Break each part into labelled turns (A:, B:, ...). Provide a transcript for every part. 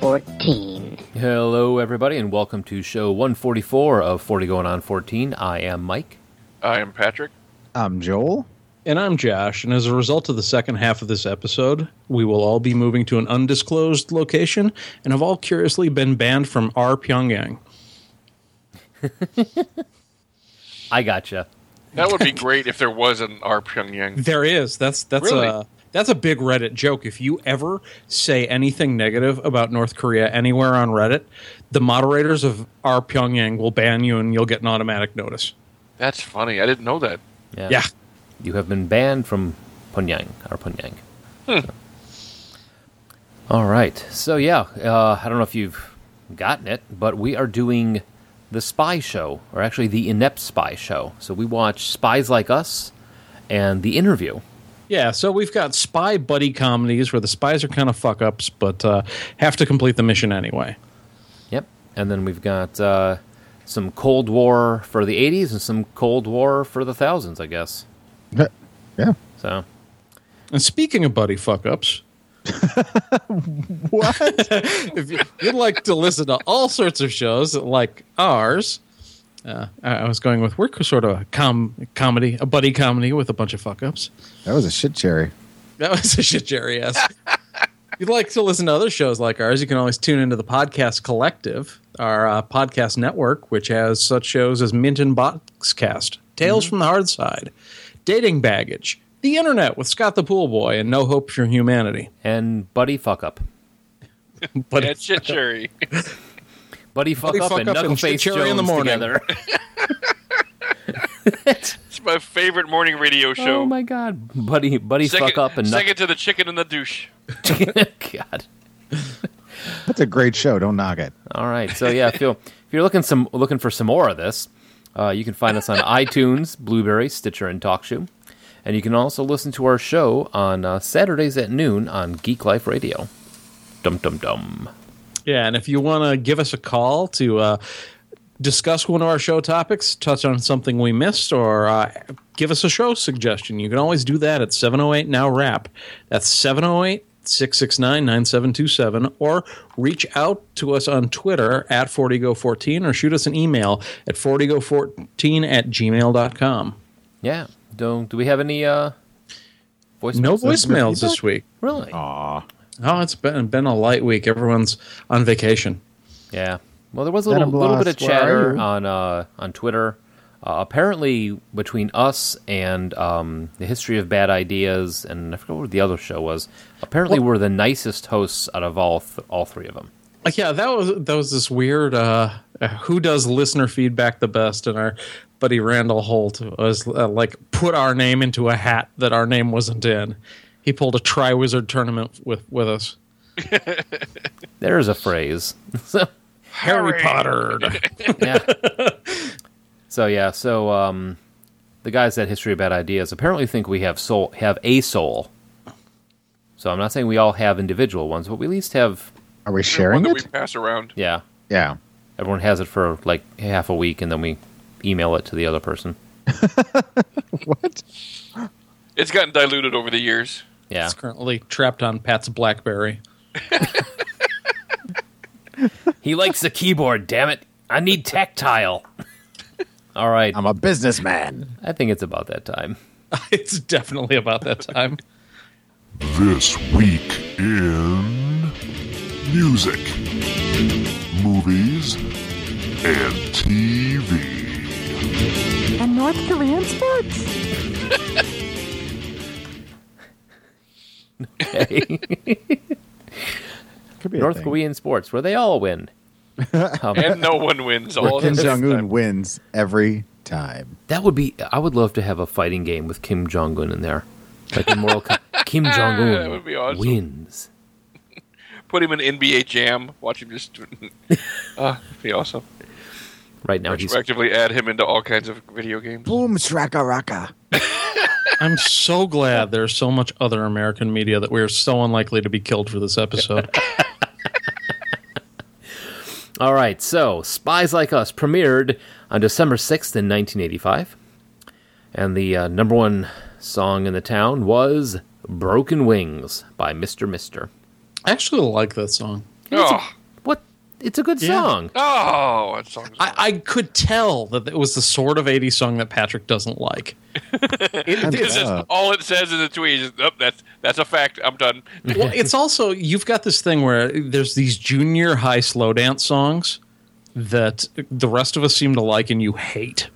A: 14.
B: Hello, everybody, and welcome to show 144 of 40 Going On 14. I am Mike.
C: I am Patrick.
D: I'm Um, Joel.
E: And I'm Josh, and as a result of the second half of this episode, we will all be moving to an undisclosed location and have all curiously been banned from our Pyongyang.
B: I gotcha.
C: That would be great if there was an R Pyongyang.
E: There is. That's that's
C: Really?
E: a that's a big Reddit joke. If you ever say anything negative about North Korea anywhere on Reddit, the moderators of our Pyongyang will ban you and you'll get an automatic notice.
C: That's funny. I didn't know that.
E: Yeah.
B: You have been banned from Pyongyang, or Pyongyang. All right. So, yeah, uh, I don't know if you've gotten it, but we are doing the spy show, or actually the inept spy show. So, we watch Spies Like Us and The Interview.
E: Yeah, so we've got spy buddy comedies where the spies are kind of fuck ups, but uh, have to complete the mission anyway.
B: Yep. And then we've got uh, some Cold War for the 80s and some Cold War for the thousands, I guess.
D: Yeah. Yeah.
B: So,
E: And speaking of buddy fuck ups,
D: What?
E: if you- you'd like to listen to all sorts of shows like ours, uh, I I was going with we're sort of a com- comedy, a buddy comedy with a bunch of fuck ups.
D: that was a shit cherry.
E: That was a shit, Jerry. Yes. If you'd like to listen to other shows like ours, you can always tune into the Podcast Collective, our uh, podcast network, which has such shows as Mint and Boxcast, Tales from the Hard Side, Dating Baggage, The Internet with Scott the Pool Boy, and No Hope for Humanity.
B: and Buddy Fuck Up.
E: But
C: That's shit, Jerry.
B: Buddy Fuck
E: Buddy
B: Up
E: Fuck
B: and
E: Up and
B: Knuckleface
E: Shit Cherry
B: Jones
E: in the morning.
B: together.
C: It's my favorite morning radio show.
B: oh my god. Buddy Buddy
C: second,
B: Fuck Up and
C: second to the chicken in the douche.
B: Knuckleface. god.
D: That's a great show. Don't knock it.
B: All right. So yeah, if you if you're looking some looking for some more of this, uh, you can find us on iTunes, Blueberry, Stitcher, and TalkShoe. And you can also listen to our show on uh, Saturdays at noon on Geek Life Radio. Dum dum dum.
E: Yeah, and if you want to give us a call to uh, discuss one of our show topics, touch on something we missed, or uh, give us a show suggestion, you can always do that at 708 Now Rap. That's 708 669 9727, or reach out to us on Twitter at 40go14 or shoot us an email at 40go14 at gmail.com.
B: Yeah. Do do we have any uh voicemails?
E: No voicemails this week.
B: Really?
D: Aw.
E: Oh, it's been, been a light week. Everyone's on vacation.
B: Yeah. Well, there was a
D: Venom
B: little, little bit of
D: Blast, where are
B: chatter
D: you?
B: on uh, on Twitter. Uh, apparently, between us and um, the history of bad ideas, and I forgot what the other show was. Apparently, we're the nicest hosts out of all th- all three of them.
E: Like, yeah, that was that was this weird. Uh, uh, who does listener feedback the best? And our buddy Randall Holt was uh, like put our name into a hat that our name wasn't in. He pulled a Tri Wizard tournament with with us.
B: There's a phrase. so,
E: Harry Potter.
B: yeah. so yeah. So um, the guys at History of Bad Ideas apparently think we have soul have a soul. So I'm not saying we all have individual ones, but we at least have
D: Are we sharing
C: one that
D: it?
C: we pass around.
B: yeah.
D: Yeah.
B: Everyone has it for like half a week, and then we email it to the other person.
D: What?
C: It's gotten diluted over the years.
B: Yeah.
E: It's currently trapped on Pat's BlackBerry.
B: He likes the keyboard, damn it. I need tactile. All right.
C: Um,
D: I'm a businessman.
B: I think it's about that time.
E: it's definitely about that time.
F: This week in music, movies, and TV.
G: and North Korean sports.
D: Could be a
B: North
D: thing.
B: Korean sports, where they all win. Um,
C: And no one wins all
D: Where Kim
C: at the same
D: Jong Un
C: time.
D: wins every time.
B: that would be, I would love to have a fighting game with Kim Jong un in there. Like in Mortal Kombat. Kim Jong
C: That would be
B: un
C: awesome.
B: wins.
C: Put him in NBA Jam. Watch him just. uh, it'd be awesome.
B: Right now, he's.
C: Retroactively add him into all kinds of video games.
D: Boom, shraka raka.
E: I'm so glad there's so much other American media that we are so unlikely to be killed for this episode.
B: All right, so Spies Like Us premiered on December 6th in 1985. And the uh, number one song in the town was Broken Wings by Mr. Mister.
E: I actually like that song.
C: Oh,
B: What? It's a good
E: Yeah.
B: song.
C: oh, that song's
E: I, I could tell that it was the sort of 80s song that Patrick doesn't like. It-
C: It's
E: it's,
C: just-
D: Yeah.
C: all it says in the tweet is, oh, that's that's a fact. I'm done.
E: well, it's also, you've got this thing where there's these junior high slow dance songs that the rest of us seem to like and you hate.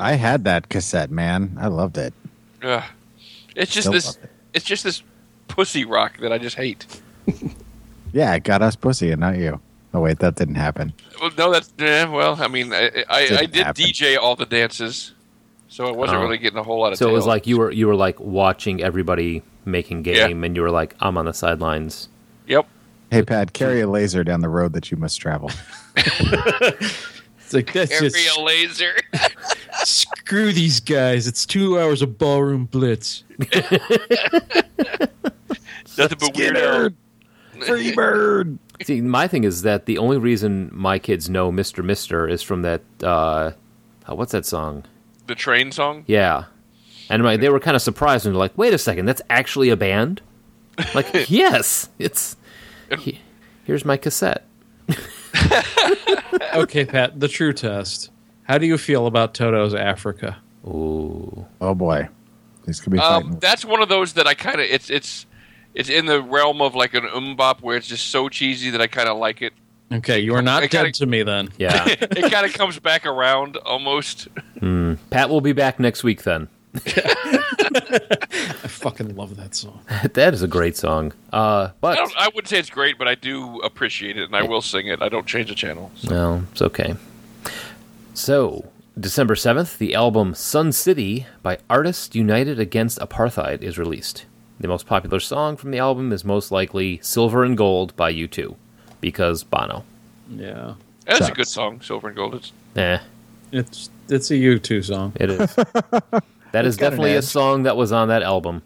D: I had that cassette, man. I loved it.
C: Ugh. It's just
D: Don't
C: this.
D: love it.
C: It's just this pussy rock that I just hate.
D: Yeah, it got us pussy and not you. Oh wait, that didn't happen.
C: Well, no, that's eh, well. I mean, I I, I
D: Didn't
C: did
D: happen.
C: DJ all the dances, so I wasn't
B: Oh.
C: really getting a whole lot of.
B: So it was
C: tail.
B: like you were you were like watching everybody making
C: Yeah.
B: game, and you were like, I'm on the sidelines.
C: yep.
D: Hey Pat, carry a laser down the road that you must travel.
E: It's like, that's
C: Carry
E: just, ah,
C: a laser.
E: screw these guys. It's two hours of ballroom blitz.
C: Nothing but weirdo.
D: Freebird.
B: See, my thing is that the only reason my kids know Mister Mister is from that. Uh, uh, what's that song?
C: The train song.
B: Yeah, and my, they were kind of surprised and like, wait a second, that's actually a band. Like, yes, it's. he- here's my cassette.
E: Okay, Pat, the true test. How do you feel about Toto's Africa?
B: Ooh,
D: Oh boy, these could be.
C: Um,
D: fighting.
C: that's one of those that I kind of it's it's it's in the realm of like an umbop where it's just so cheesy that I kind of like it.
E: Okay, you are not
C: I
E: dead
C: gotta-
E: to me then.
B: yeah.
C: It kind of comes back around almost.
B: Pat will be back next week then.
E: I fucking love that song.
B: that is a great song. Uh,
C: I
B: but
C: don't. I wouldn't say it's great, but I do appreciate it, and I will sing it. I don't change the channel.
B: No, it's okay. So, December 7th, the album Sun City by Artists United Against Apartheid is released. The most popular song from the album is most likely Silver and Gold by U2, because Bono.
E: Yeah.
C: That's a
D: Sucks.
C: good song, Silver and Gold. It's,
B: Eh,
E: It's it's a U2 song.
B: it is. that is
D: got an
B: definitely a
D: edge.
B: song that was on that album.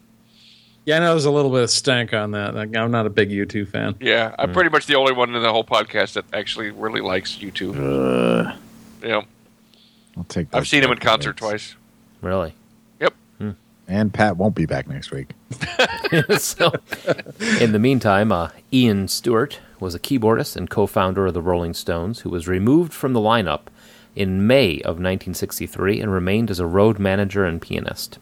E: Yeah, I know there's a little bit of stank on that. Like, I'm not a big U2 fan.
C: yeah, I'm pretty much the only one in the whole podcast that actually really likes you two. yeah,
D: I'll take.
C: I've
D: those
C: seen him in
D: back
C: concert twice.
D: legs.
B: Really?
C: Yep.
D: And Pat won't be back next week.
B: so, in the meantime, uh, Ian Stewart was a keyboardist and co founder of the Rolling Stones who was removed from the lineup in May of 1963 and remained as a road manager and pianist.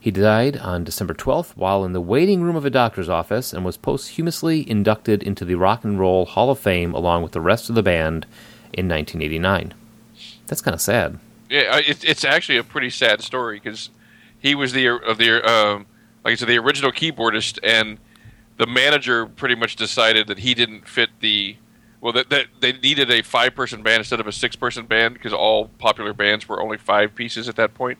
B: He died on December 12th while in the waiting room of a doctor's office and was posthumously inducted into the Rock and Roll Hall of Fame along with the rest of the band in 1989. That's kind of sad.
C: Yeah, I- it, it's actually a pretty sad story because he was the of the um, like I said, the original keyboardist, and the manager pretty much decided that he didn't fit the well that, that they needed a five person band instead of a six person band because all popular bands were only five pieces at that point.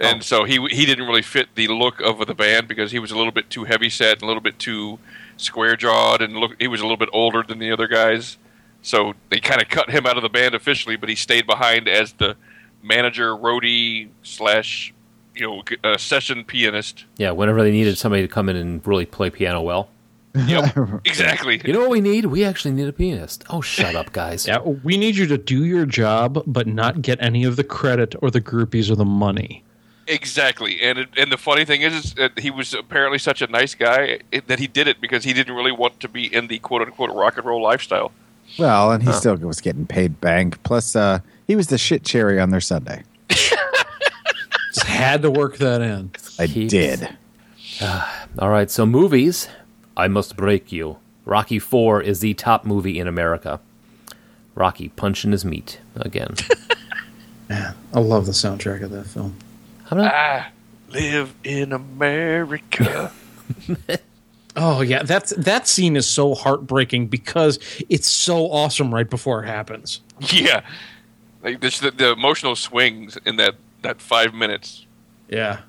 C: And so he he didn't really fit the look of the band because he was a little bit too heavy set and a little bit too square jawed and look he was a little bit older than the other guys. So they kind of cut him out of the band officially, but he stayed behind as the manager, roadie slash, you know, uh, session pianist.
B: Yeah, whenever they needed somebody to come in and really play piano well.
C: Yep, exactly.
B: You know what we need? We actually need a pianist. Oh, shut up, guys.
E: Yeah, we need you to do your job, but not get any of the credit or the groupies or the money.
C: Exactly, and it, and the funny thing is, is that he was apparently such a nice guy it, that he did it because he didn't really want to be in the quote unquote rock and roll lifestyle.
D: Well, and he still was getting paid bank. Plus, uh, he was the shit cherry on their Sunday.
E: Just had to work that in.
D: I
B: Keeps-
D: did.
B: All right, so movies. I must break you. Rocky Four is the top movie in America. Rocky punching his meat again.
E: I love the soundtrack of that film.
B: I'm not,
C: I live in America.
E: Oh yeah, that's that scene is so heartbreaking because it's so awesome right before it happens.
C: yeah, like this, the, the emotional swings in that that five minutes.
E: Yeah.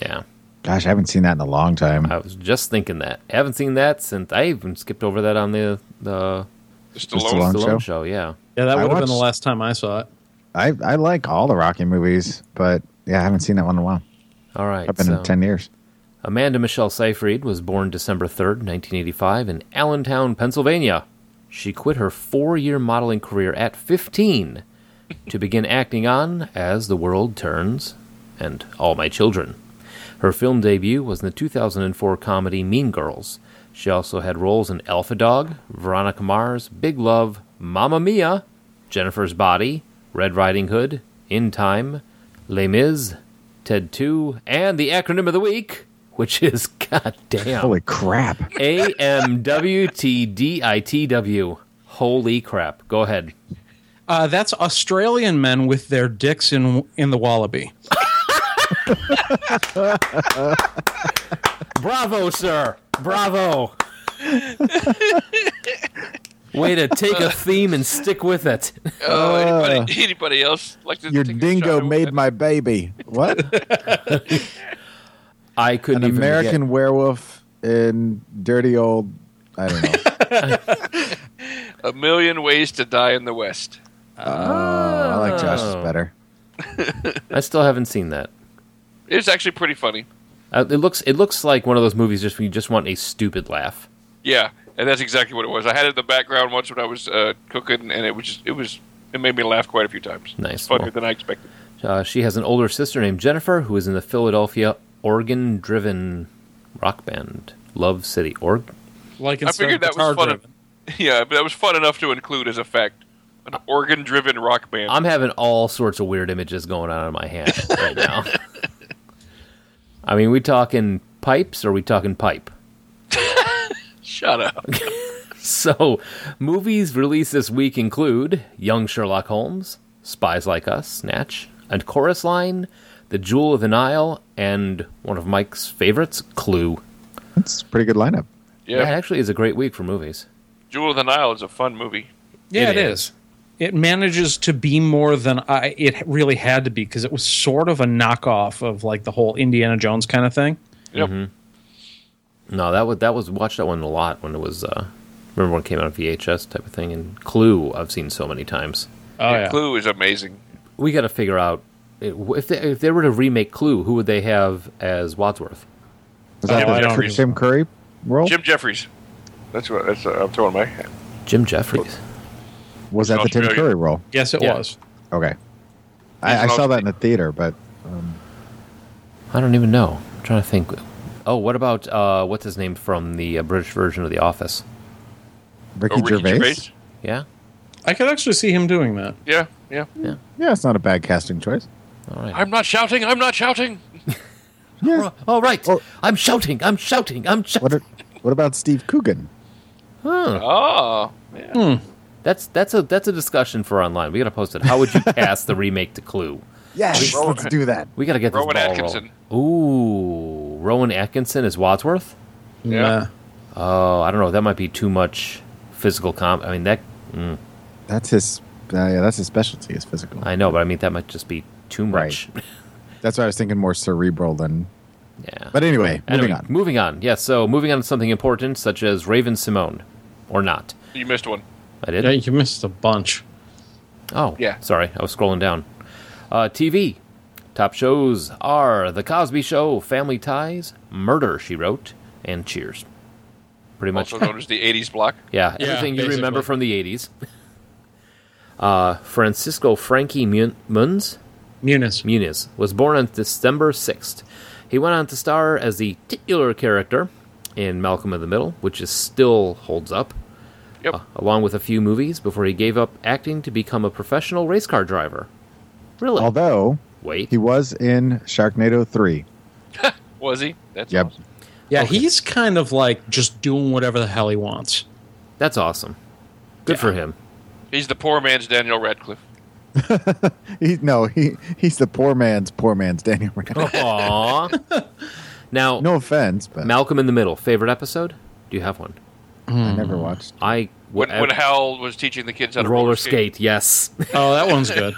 B: yeah,
D: Gosh, I haven't seen that in a long time.
B: I was just thinking that. I haven't seen that since I even skipped over that on the the
C: The
D: Stallone.
C: Stallone.
B: Stallone
D: show?
B: show. Yeah,
E: Yeah, that
D: I
E: would have been the
D: watched-
E: last time I saw it.
D: I, I like all the Rocky movies, but yeah, I haven't seen that one in a while.
B: all right,
D: I've been
B: so-
D: in ten years.
B: Amanda Michelle Seyfried was born December 3rd, 1985, in Allentown, Pennsylvania. She quit her four year modeling career at 15 to begin acting on As the World Turns and All My Children. Her film debut was in the 2004 comedy Mean Girls. She also had roles in Alpha Dog, Veronica Mars, Big Love, Mamma Mia, Jennifer's Body, Red Riding Hood, In Time, Les Mis, TED 2, and the acronym of the week, which is goddamn
D: Holy crap.
B: A M W T D I T W. Holy crap. Go ahead.
E: Uh, that's Australian men with their dicks in in the wallaby.
B: Bravo, sir. Bravo. Way to take a theme and stick with it.
C: Oh, anybody, anybody else like to
D: Your
C: take a
D: dingo
C: shot at
D: made
C: that?
D: my baby. What?
B: I couldn't
D: An
B: even
D: American werewolf in dirty old. I don't know.
C: a million ways to die in the West.
D: Oh, I like Josh's
B: Oh.
D: better.
B: get- I still haven't seen that.
C: It's actually pretty funny.
B: Uh, it looks it looks like one of those movies just when you just want a stupid laugh.
C: Yeah, and that's exactly what it was. I had it in the background once when I was uh, cooking, and it was just, it was it made me laugh quite a few times.
B: Nice.
C: funnier
B: Well-
C: than I expected.
B: Uh, she has an older sister named Jennifer who is in the Philadelphia organ-driven rock band Love City Org.
E: Like
C: I figured that was fun. Yeah, but that was fun enough to include as a fact. An organ-driven rock band.
B: I'm having all sorts of weird images going on in my head right now. I mean, we talking pipes or we talking pipe?
C: Shut up.
B: So, movies released this week include Young Sherlock Holmes, Spies Like Us, Snatch, and Chorus Line, The Jewel of the Nile, and one of Mike's favorites, Clue.
D: That's a pretty good lineup.
C: Yeah,
B: That actually is a great week for movies.
C: Jewel of the Nile is a fun movie.
E: Yeah,
B: It
E: it is. It manages to be more than I. It really had to be because it was sort of a knockoff of like the whole Indiana Jones kind of thing.
C: Yep.
B: No, that was that was watched that one a lot when it was. Uh, remember when it came out on VHS type of thing? And Clue, I've seen so many times.
E: Oh yeah.
C: Clue is amazing.
B: We got to figure out if they, if they were to remake Clue, who would they have as Wadsworth?
D: Was that
E: Oh, I
D: the
E: don't
D: Cur-
E: know.
D: Jim Curry role?
C: Jim Jeffries. That's what that's. Uh, I'm throwing my hand.
B: Jim Jeffries.
D: was that the Tim
C: Australian.
D: Curry role?
E: Yes, it
B: Yeah.
E: was.
D: Okay. I, I
C: an
D: saw that in the theater, but
B: I don't even know. I'm trying to think. Oh, what about uh, what's his name from the uh, British version of The Office?
D: Ricky,
C: Oh, Ricky
D: Gervais?
C: Gervais?
B: Yeah.
E: I could actually see him doing that.
C: Yeah, yeah.
D: Yeah, it's not a bad casting choice.
B: All right.
C: I'm not shouting. I'm not shouting.
D: Yeah.
B: All right.
D: Or-
B: I'm shouting. I'm shouting. I'm shouting.
D: What, a- what about Steve Coogan?
C: Oh,
B: That's that's a that's a discussion for online. We got to post it. How would you cast the remake to Clue?
D: Yes, let's do that.
B: We got to get this
C: Rowan
B: ball
C: Atkinson.
B: rolling. Ooh, Rowan Atkinson is Wadsworth.
C: Yeah.
B: Oh, I don't know. That might be too much physical com. I mean that.
D: That's his. Uh, yeah, that's his specialty. Is physical.
B: I know, but I mean that might just be too much.
D: That's why I was thinking more cerebral than.
B: yeah.
D: But anyway, moving on.
B: Moving on. Yeah. So moving on to something important, such as Raven Simone, or not.
C: you missed one.
B: I
E: Yeah,
B: did.
E: you missed a bunch.
B: Oh,
C: Yeah.
B: Sorry, I was scrolling down. Uh, TV. Top shows are The Cosby Show, Family Ties, Murder, She Wrote, and Cheers. Pretty much.
C: Also known as the '80s block.
B: Yeah,
E: Yeah,
B: everything you
E: basically.
B: remember from the 80s. Uh, Francisco Frankie Mun- Munz,
E: Muniz.
B: Muniz was born on December 6th. He went on to star as the titular character in Malcolm in the Middle, which is still holds up,
C: Yep.
B: along with a few movies before he gave up acting to become a professional race car driver. Really?
D: Although
B: Wait.
D: he was in Sharknado three.
C: Was he? That's
D: Yep.
B: Oh.
C: awesome.
E: Yeah, he's kind of like just doing whatever the hell he wants.
B: That's awesome. Good for him.
C: He's the poor man's Daniel Radcliffe.
D: He, no, he he's the poor man's poor man's Daniel Radcliffe.
B: Aww. now,
D: No offense, but
B: Malcolm in the Middle, favorite episode? Do you have one?
D: I never watched.
B: I
C: When,
B: I-
C: when Hal was teaching the kids how to
B: roller, skate. Yes,
E: Oh, that one's good.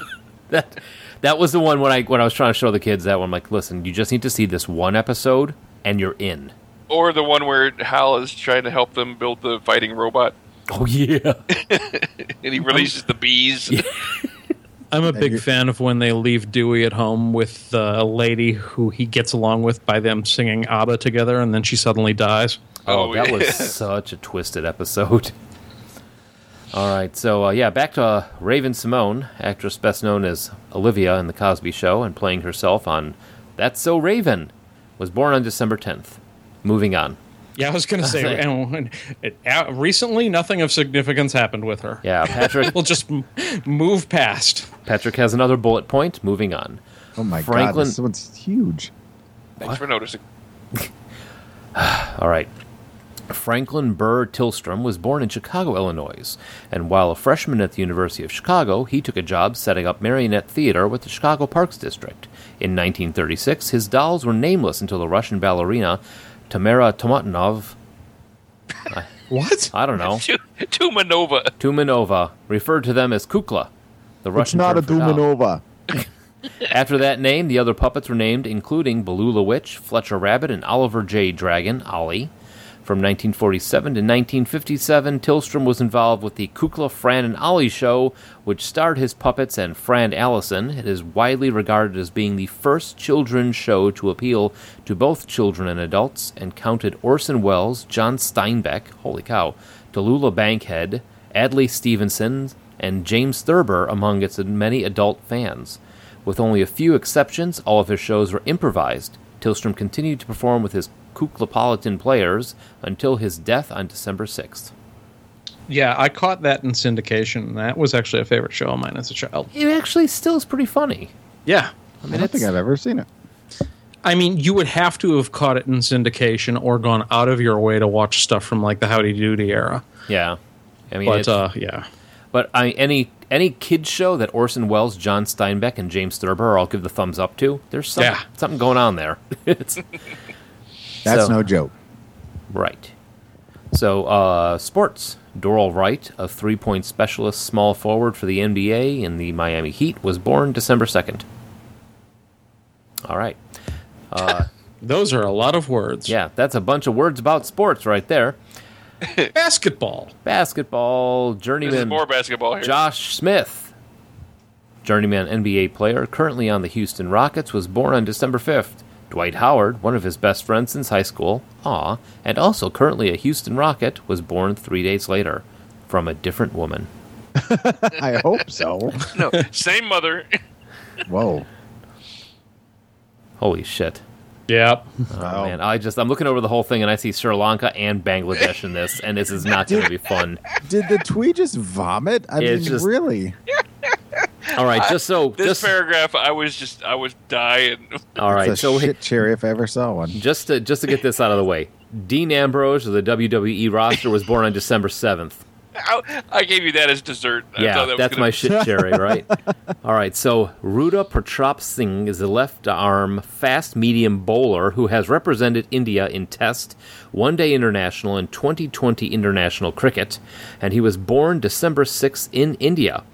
B: that that was the one when I when I was trying to show the kids that one. I'm like, listen, you just need to see this one episode, and you're in.
C: or the one where Hal is trying to help them build the fighting robot,
B: Oh yeah.
C: and he releases the bees.
E: I'm
D: you-
E: a big fan of when they leave Dewey at home with the lady who he gets along with by them singing ABBA together, and then she suddenly dies.
B: Oh, that
C: yeah.
B: was such a twisted episode. All right, so uh, yeah, back to uh, Raven Simone, actress best known as Olivia in The Cosby Show and playing herself on That's So Raven, was born on December 10th. Moving on.
E: Yeah, I was going to say, and it, uh, recently nothing of significance happened with her.
B: Yeah, Patrick.
E: We'll just m- move past.
B: Patrick has another bullet point. Moving on.
D: Oh my
B: Franklin-
D: god, this one's huge.
C: Thanks for noticing.
B: All right. Franklin Burr Tilstrom was born in Chicago, Illinois, and while a freshman at the University of Chicago, he took a job setting up marionette theater with the Chicago Parks District. In 1936, his dolls were nameless until the Russian ballerina Tamara Tomatinov,
E: What?
B: I don't know,
C: To, to Manova.
B: Tumanova, referred to them as Kukla. The
D: It's
B: Russian
D: not a
B: term for doll.
D: Dumanova.
B: After that name, the other puppets were named, including Balula Witch, Fletcher Rabbit, and Oliver J. Dragon, Ollie. From 1947 to 1957, Tilstrom was involved with the Kukla, Fran, and Ollie show, which starred his puppets and Fran Allison. It is widely regarded as being the first children's show to appeal to both children and adults, and counted Orson Welles, John Steinbeck, holy cow, Tallulah Bankhead, Adlai Stevenson, and James Thurber among its many adult fans. With only a few exceptions, all of his shows were improvised. Tilstrom continued to perform with his Kuklapolitan players until his death on December 6th.
E: Yeah, I caught that in syndication. That was actually a favorite show of mine as a child.
B: It actually still is pretty funny.
E: Yeah.
D: I don't think I've ever seen it.
E: I mean, you would have to have caught it in syndication or gone out of your way to watch stuff from like the Howdy Doody era.
B: Yeah. I mean,
E: But
B: it's-
E: uh, yeah.
B: but I, any any kids show that Orson Welles, John Steinbeck, and James Thurber, I'll give the thumbs up to. There's some,
E: Yeah.
B: something going on there. it's
D: That's
B: So-
D: no joke.
B: Right. So, uh, sports. Doral Wright, a three point specialist small forward for the NBA in the Miami Heat, was born December 2nd. All right.
E: Those are a lot of words.
B: Yeah, that's a bunch of words about sports right there.
E: Basketball.
B: Basketball,
C: This is
B: journeyman
C: more basketball here.
B: Josh Smith, journeyman NBA player currently on the Houston Rockets, was born on December 5th. Dwight Howard, one of his best friends since high school, aw, and also currently a Houston Rocket, was born three days later from a different woman.
D: I hope so.
C: No, same mother.
D: Whoa.
B: Holy shit.
E: Yep.
B: Oh, man, I just I'm looking over the whole thing and I see Sri Lanka and Bangladesh in this, and this is not going to be fun.
D: Did the Twee just vomit? I
B: It's
D: mean,
B: just-
D: really?
B: All right, just so
C: This
B: just
C: paragraph, I was just, I was dying.
B: all right,
D: It's a
B: so we-
D: shit cherry if I ever saw one.
B: just to just to get this out of the way, Dean Ambrose of the WWE roster was born on December seventh.
C: I, I gave you that as dessert. I
B: Yeah,
C: thought that was
B: that's
C: gonna-
B: my shit, Jerry. Right. All right. So Ruda Pratrap Singh is a left-arm fast-medium bowler who has represented India in Test, One Day International, and 2020 International cricket, and he was born December 6th in India.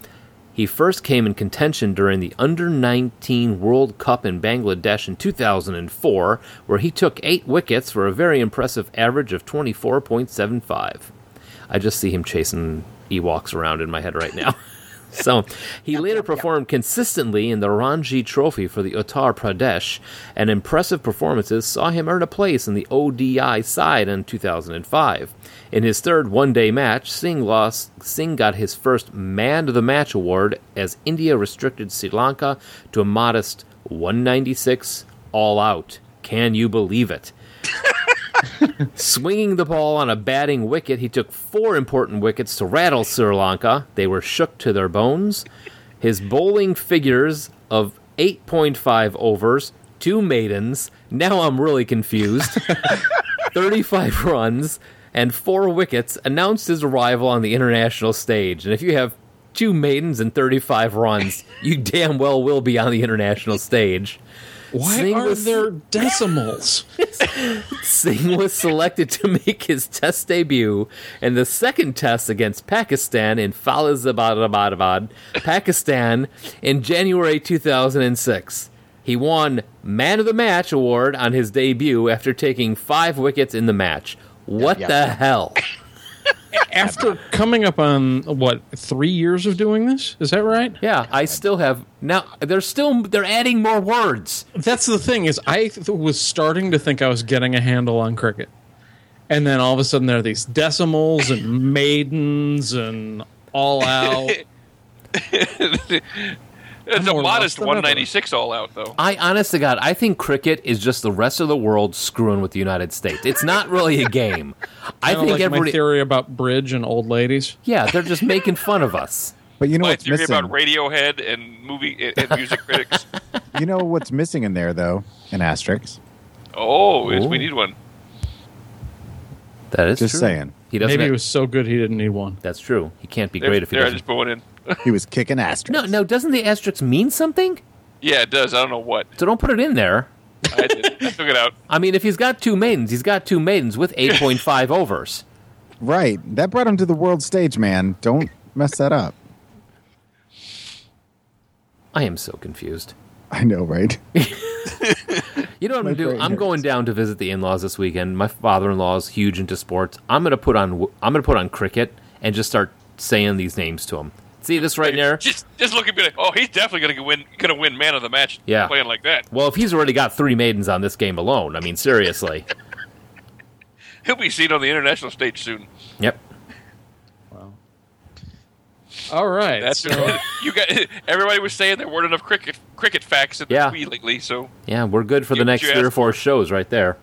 B: He first came in contention during the Under 19 World Cup in Bangladesh in 2004, where he took eight wickets for a very impressive average of 24.75. I just see him chasing Ewoks around in my head right now. so he later performed consistently in the Ranji Trophy for the Uttar Pradesh, and impressive performances saw him earn a place in the ODI side in 2005. In his third one-day match, Singh lost. Singh got his first Man of the Match award as India restricted Sri Lanka to a modest 196 all out. Can you believe it? Swinging the ball on a batting wicket, he took four important wickets to rattle Sri Lanka. They were shook to their bones. His bowling figures of 8.5 overs, two maidens. Now I'm really confused. 35 runs and four wickets announced his arrival on the international stage. And if you have two maidens and 35 runs, you damn well will be on the international stage.
E: Why
B: Sing
E: are
B: with-
E: there decimals?
B: Singh was selected to make his test debut in the second test against Pakistan in Faisalabad, Pakistan, in January 2006. He won Man of the Match award on his debut after taking five wickets in the match. What
D: Yeah.
B: the hell?
E: After coming up on what three years of doing this, is that right?
B: Yeah, I still have now. They're still they're adding more words.
E: That's the thing is, I th- was starting to think I was getting a handle on cricket, and then all of a sudden there are these decimals and maidens and all out.
C: It's
E: I'm
C: a
E: more lost
C: modest
E: than
C: 196 all out though.
B: I honest to God, I think cricket is just the rest of the world screwing with the United States. It's not really a game. I
E: Kinda
B: think
E: like my
B: everybody,
E: theory about bridge and old ladies.
B: yeah, they're just making fun of us.
D: But you know
C: My
D: what's
C: theory
D: missing.
C: about Radiohead and movie and- and music critics.
D: you know what's missing in there though? An asterisk.
C: Oh, yes, we
B: Ooh.
C: need one.
B: That is
D: Just
B: true.
D: saying.
B: He doesn't.
E: Maybe
B: have-
E: it was so good he didn't need one.
B: that's true. He can't be
C: There,
B: great if he
C: there, I
B: doesn't.
C: just put one in.
D: He was kicking asterisks.
B: No, no. Doesn't the asterisk mean something?
C: Yeah, it does. I don't know what.
B: So don't put it in there.
C: I, did. I took it out.
B: I mean, if he's got two maidens, he's got two maidens with eight point five overs.
D: Right. That brought him to the world stage, man. Don't mess that up.
B: I am so confused.
D: I know, right?
B: You know what I'm gonna do?
D: brain
B: I'm
D: hurts.
B: going down to visit the in-laws this weekend. My father-in-law's huge into sports. I'm gonna put on w- I'm gonna put on cricket and just start saying these names to him. See this right there?
C: Just just look at me like, oh, he's definitely gonna go win gonna win man of the match
B: Yeah.
C: playing like that.
B: Well, if he's already got three maidens on this game alone, I mean seriously.
C: He'll be seen on the international stage soon.
B: yep.
E: All right.
C: That's you got everybody was saying there weren't enough cricket cricket facts in the
B: Yeah.
C: tweet lately, so
B: Yeah, we're good for the
C: You-
B: next
C: you
B: three or
C: asked-
B: four shows right there.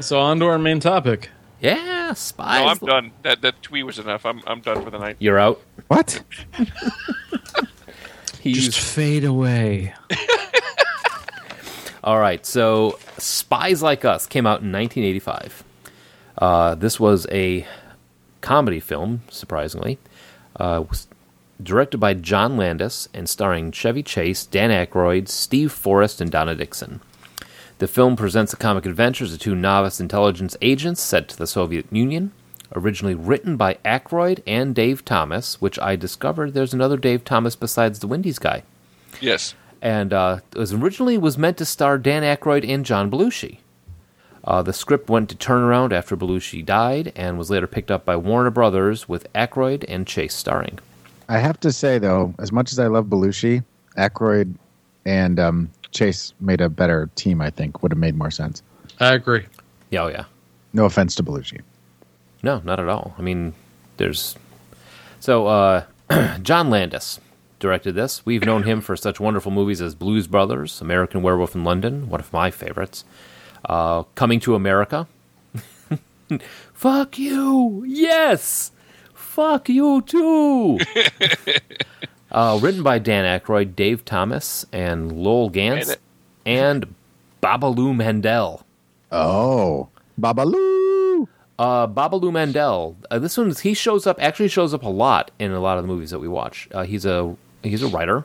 E: so on to our main topic.
B: Yeah, spies.
C: no, I'm done. That that tweet was enough. I'm I'm done for the night.
B: You're out.
D: what?
B: He's
E: Just fade away.
B: All right, so Spies Like Us came out in 1985. Uh, this was a comedy film, surprisingly, uh, it was directed by John Landis and starring Chevy Chase, Dan Aykroyd, Steve Forrest, and Donna Dixon. The film presents the comic adventures of two novice intelligence agents sent to the Soviet Union. Originally written by Aykroyd and Dave Thomas, which I discovered there's another Dave Thomas besides the Wendy's guy
C: Yes.
B: and uh, it was originally was meant to star Dan Aykroyd and John Belushi. Uh, the script went to turnaround after Belushi died, and was later picked up by Warner Brothers with Aykroyd and Chase starring.
D: I have to say though, as much as I love Belushi, Aykroyd and um, Chase made a better team. I think would have made more sense.
E: I agree.
B: Yeah, oh yeah,
D: No offense to Belushi.
B: no, not at all. I mean, there's so uh, John Landis directed this. We've known him for such wonderful movies as Blues Brothers, American Werewolf in London, one of my favorites, uh, Coming to America. Fuck you, yes. Fuck you too. uh, written by Dan Aykroyd, Dave Thomas, and Lowell Gans,
C: it.
B: and Babalu Mandel.
D: Oh, Babaloo.
B: Uh, Babalu Mandel. Uh, this one's he shows up actually shows up a lot in a lot of the movies that we watch. Uh, he's a he's a writer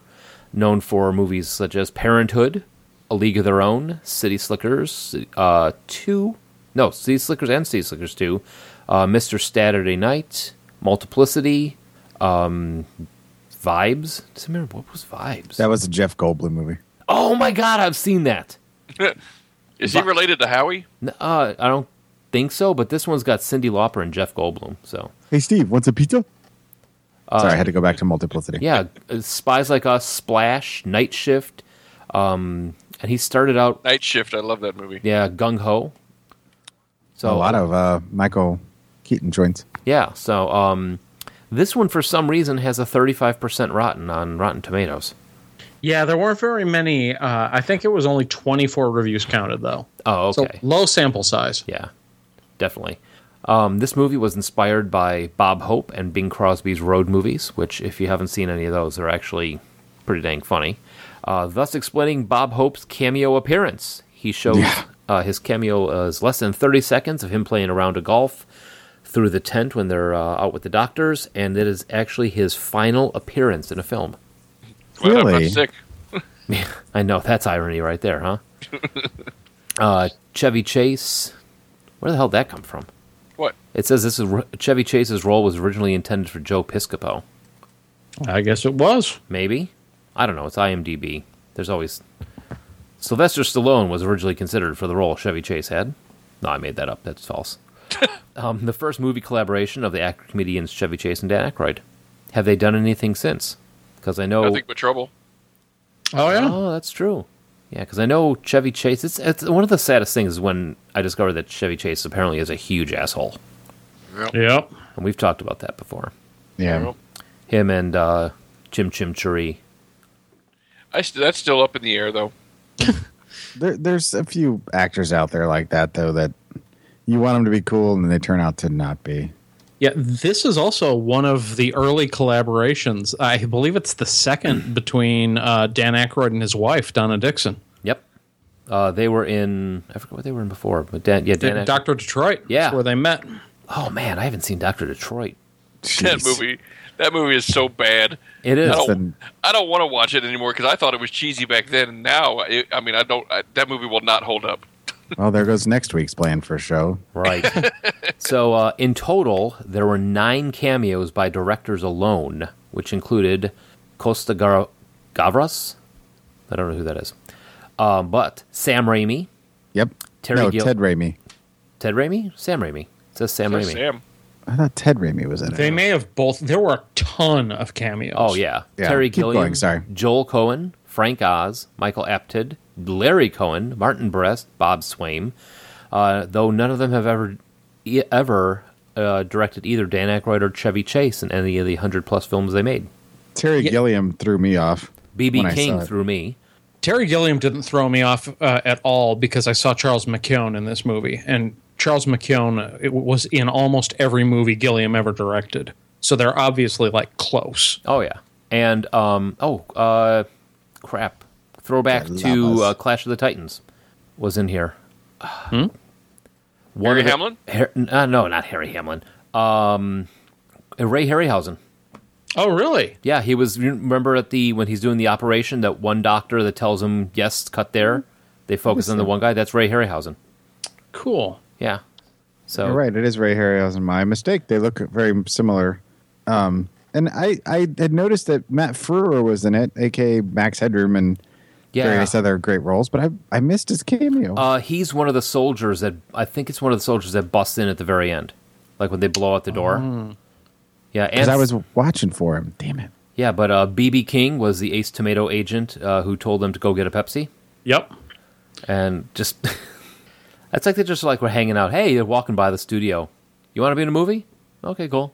B: known for movies such as Parenthood, A League of Their Own, City Slickers, uh, two no City Slickers and City Slickers two, uh, Mister Saturday Night, Multiplicity, um, Vibes. Does it remember what was Vibes?
D: That was a Jeff Goldblum movie.
B: oh my God, I've seen that.
C: Is he related to Howie?
B: N- Uh, I don't think so, but this one's got Cindy Lauper and Jeff Goldblum. So.
D: Hey, Steve, wants a pizza? Sorry, I had to go back to multiplicity.
B: Uh, yeah, uh, Spies Like Us, Splash, Night Shift, um, and he started out
C: Night Shift. I love that movie.
B: yeah gung ho. So
D: a lot of uh, Michael Keaton joints.
B: yeah. So um, this one for some reason has a thirty five percent rotten on Rotten Tomatoes.
E: Yeah, there weren't very many. Uh, I think it was only 24 reviews counted, though.
B: Oh
E: So
B: okay,
E: low sample size.
B: yeah, definitely. Um, this movie was inspired by Bob Hope and Bing Crosby's road movies, which if you haven't seen any of those, are actually pretty dang funny. Uh, thus explaining Bob Hope's cameo appearance. He shows uh, his cameo uh, is less than 30 seconds of him playing a round of golf through the tent when they're uh, out with the doctors, and it is actually his final appearance in a film.
C: Glad I'm not
D: Really?
C: sick.
B: I know that's irony right there, huh? uh, Chevy Chase. Where the hell did that come from?
C: What?
B: It says this is Chevy Chase's role was originally intended for Joe Piscopo.
E: I guess it was.
B: Maybe I don't know. It's IMDb. There's always Sylvester Stallone was originally considered for the role Chevy Chase had. No, I made that up. That's false. um, the first movie collaboration of the actor comedians Chevy Chase and Dan Aykroyd. Have they done anything since? Because I know.
C: Nothing but trouble.
E: Oh, yeah.
B: Oh, that's true. Yeah, because I know Chevy Chase. It's, it's one of the saddest things is when I discovered that Chevy Chase apparently is a huge asshole,
E: Yep.
B: and we've talked about that before.
D: Yeah.
B: Him and uh, Chim Chim Cheree.
C: I st- that's still up in the air though.
D: There, there's a few actors out there like that though that you want them to be cool and they turn out to not be.
E: Yeah, this is also one of the early collaborations. I believe it's the second between uh, Dan Aykroyd and his wife, Donna Dixon.
B: Yep. Uh, they were in. I forget what they were in before, but Dan. Yeah, Dan. Aykroyd-
E: Doctor Detroit.
B: Yeah.
E: that's where they met.
B: oh man, I haven't seen Doctor Detroit.
C: That
D: Jeez.
C: movie, that movie is so bad.
B: It is.
C: I
D: It's
C: don't,
D: the-
C: I don't want to watch it anymore because I thought it was cheesy back then. And now, it, I mean, I don't. I, that movie will not hold up.
D: Well, there goes next week's plan for a show.
B: Right. so uh, in total, there were nine cameos by directors alone, which included Costa Gar- Gavras. I don't know who that is, um, but Sam Raimi,
D: Yep.
B: Terry
D: no,
B: Gil-
D: Ted Raimi.
B: Ted Raimi, Sam Raimi. It says Sam
C: That's
B: Raimi.
C: Sam.
D: I thought Ted Raimi was in it.
E: They may have both. There were a ton of cameos.
B: Oh yeah.
D: Yeah,
B: Terry
D: keep going,
B: Gilliam,
D: sorry.
B: Joel Cohen, Frank Oz, Michael Apted, Larry Cohen, Martin Brest, Bob Swaim. Uh, though none of them have ever e- ever uh, directed either Dan Aykroyd or Chevy Chase in any of the hundred plus films they made.
D: Terry Gilliam threw me off. when
B: BB
D: I
B: King
D: saw it.
B: through me.
E: Terry Gilliam didn't throw me off uh, at all because I saw Charles McKeown in this movie, and Charles McKeown uh, it was in almost every movie Gilliam ever directed. So they're obviously like close.
B: Oh yeah, and um oh uh crap, throwback
D: Yeah,
B: to
D: Llamas.
B: uh, Clash of the Titans was in here.
D: Hmm?
B: One
C: Harry
B: of the-
C: Hamlin?
B: Har- uh, no, not Harry Hamlin. Um, Ray Harryhausen.
E: Oh, really?
B: Yeah, he was. you Remember at the when he's doing the operation, that one doctor that tells him yes, cut
D: Mm-hmm.
B: there. They focus on the one guy. That's Ray Harryhausen.
E: Cool.
B: Yeah. So
D: You're right. It is Ray Harryhausen. My mistake. They look very similar. Um, and I, I had noticed that Matt Frewer was in it, aka Max Headroom, and
B: yeah,
D: various other great roles. But I, I missed his cameo.
B: Uh, he's one of the soldiers that I think it's one of the soldiers that busts in at the very end, like when they blow out the door. Yeah,
D: because
B: and
D: Mm-hmm. I was watching for him. Damn it.
B: yeah, but uh, BB King was the Ace Tomato agent uh, who told them to go get a Pepsi,
E: Yep.
B: and just it's like they just like we're hanging out. Hey, they're walking by the studio. You want to be in a movie? Okay, cool.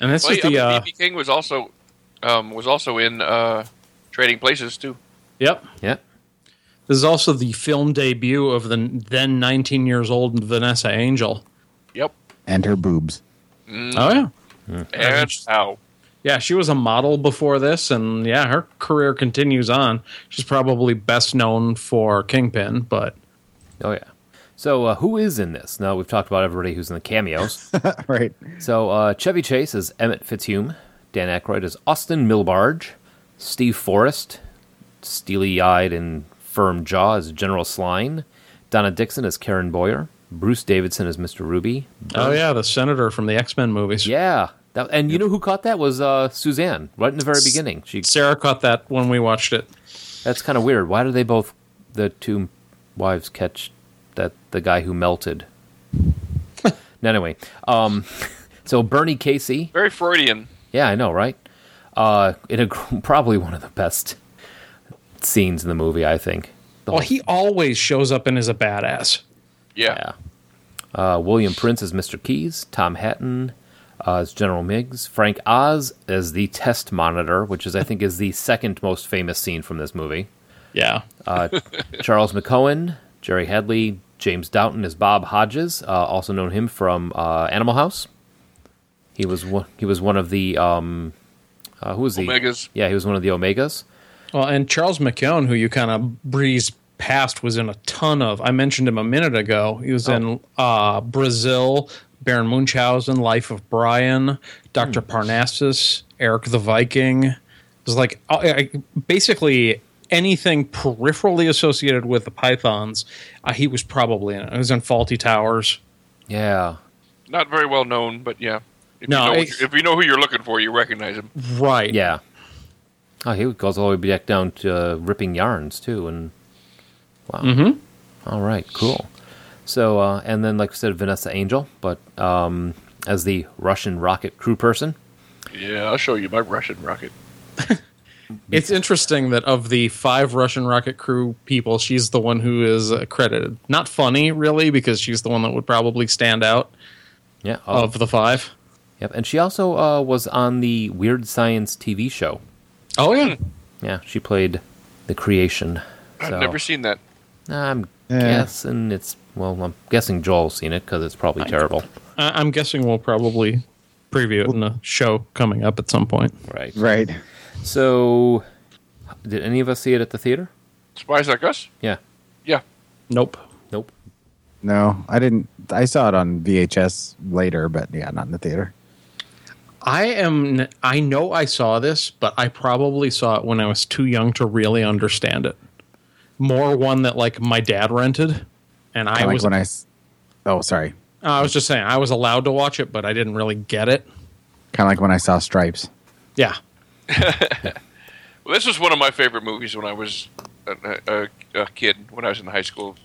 E: And this
C: Well,
E: is
C: yeah,
E: the
C: I mean,
E: uh,
C: BB King was also um, was also in uh, Trading Places too.
E: yep.
B: Yeah,
E: This is also the film debut of the then 19 years old Vanessa Angel.
C: Yep.
D: And her boobs.
E: Oh yeah.
C: And how?
E: Yeah, she was a model before this, and yeah, her career continues on. She's probably best known for Kingpin, but
B: oh yeah. So uh, who is in this? Now we've talked about everybody who's in the cameos.
D: right.
B: So uh, Chevy Chase is Emmett Fitzhume. Dan Aykroyd is Austin Milbarge. Steve Forrest, steely-eyed and firm jaw, is General Sline. Donna Dixon is Karen Boyer. Bruce Davidson is Mr. Ruby.
E: oh yeah, the senator from the X Men movies.
B: Yeah. That, and you know who caught that was uh, Suzanne right in the very beginning. She
E: Sarah caught that when we watched it.
B: that's kind of weird. Why do they both the two wives catch that the guy who melted? No, anyway, um, so Bernie Casey
C: Very Freudian.
B: Yeah, I know, right? Uh, it ag- probably one of the best scenes in the movie, I think. The
E: Well,
B: whole-
E: he always shows up and is a badass.
C: Yeah.
B: yeah. Uh, William Prince is Mr. Keys. Tom Hatton uh, is General Miggs. Frank Oz is the test monitor, which is, I think, is the second most famous scene from this movie.
E: Yeah.
B: Uh, Charles McCohen, Jerry Headley, James Doughton is Bob Hodges, uh, also known him from uh, Animal House. He was one, he was one of the um, uh, who was the
C: Omegas.
B: Yeah, he was one of the Omegas.
E: Well, and Charles McKeown, who you kind of breeze past, was in a ton of. I mentioned him a minute ago. He was in uh, Brazil, Baron Munchausen, Life of Brian, Doctor Parnassus, Eric the Viking. It was like I, I, basically anything peripherally associated with the Pythons. Uh, he was probably in it. He was in Faulty Towers.
B: Yeah,
C: Not very well known, but yeah. If
E: No,
C: you know,
E: it's-
C: if you know who you're looking for, you recognize him.
E: Right.
B: yeah. Oh, he goes all the way back down to uh, ripping yarns too, and wow. All right, cool. So, uh, and then like I said, Vanessa Angel, but um, as the Russian rocket crew person.
C: Yeah, I'll show you my Russian rocket.
E: It's interesting that of the five Russian rocket crew people, she's the one who is uh, credited. Not funny, really, because she's the one that would probably stand out
B: Yeah. Oh,
E: of the five.
B: Yep. And she also uh, was on the Weird Science TV show.
E: Oh yeah,
B: Yeah, she played the creation.
C: I've
B: So,
C: never seen that.
B: I'm
D: Yeah.
B: guessing it's well. I'm guessing Joel's seen it because it's probably terrible.
E: I- I'm guessing we'll probably preview it in a show coming up at some point.
B: Right.
D: Right.
B: So, did any of us see it at the theater?
C: Spies Like Us?
B: Yeah.
C: Yeah.
E: Nope.
B: Nope.
D: No, I didn't. I saw it on VHS later, but yeah, not in the theater.
E: I am. n- I know I saw this, but I probably saw it when I was too young to really understand it. More one that like my dad rented, and I
D: like
E: was.
D: when I.
E: I,
D: s- Oh, sorry.
E: was just saying I was allowed to watch it, but I didn't really get it.
D: Kind of like when I saw Stripes.
E: Yeah,
C: Well, this was one of my favorite movies when I was a, a, a kid, when I was in high school.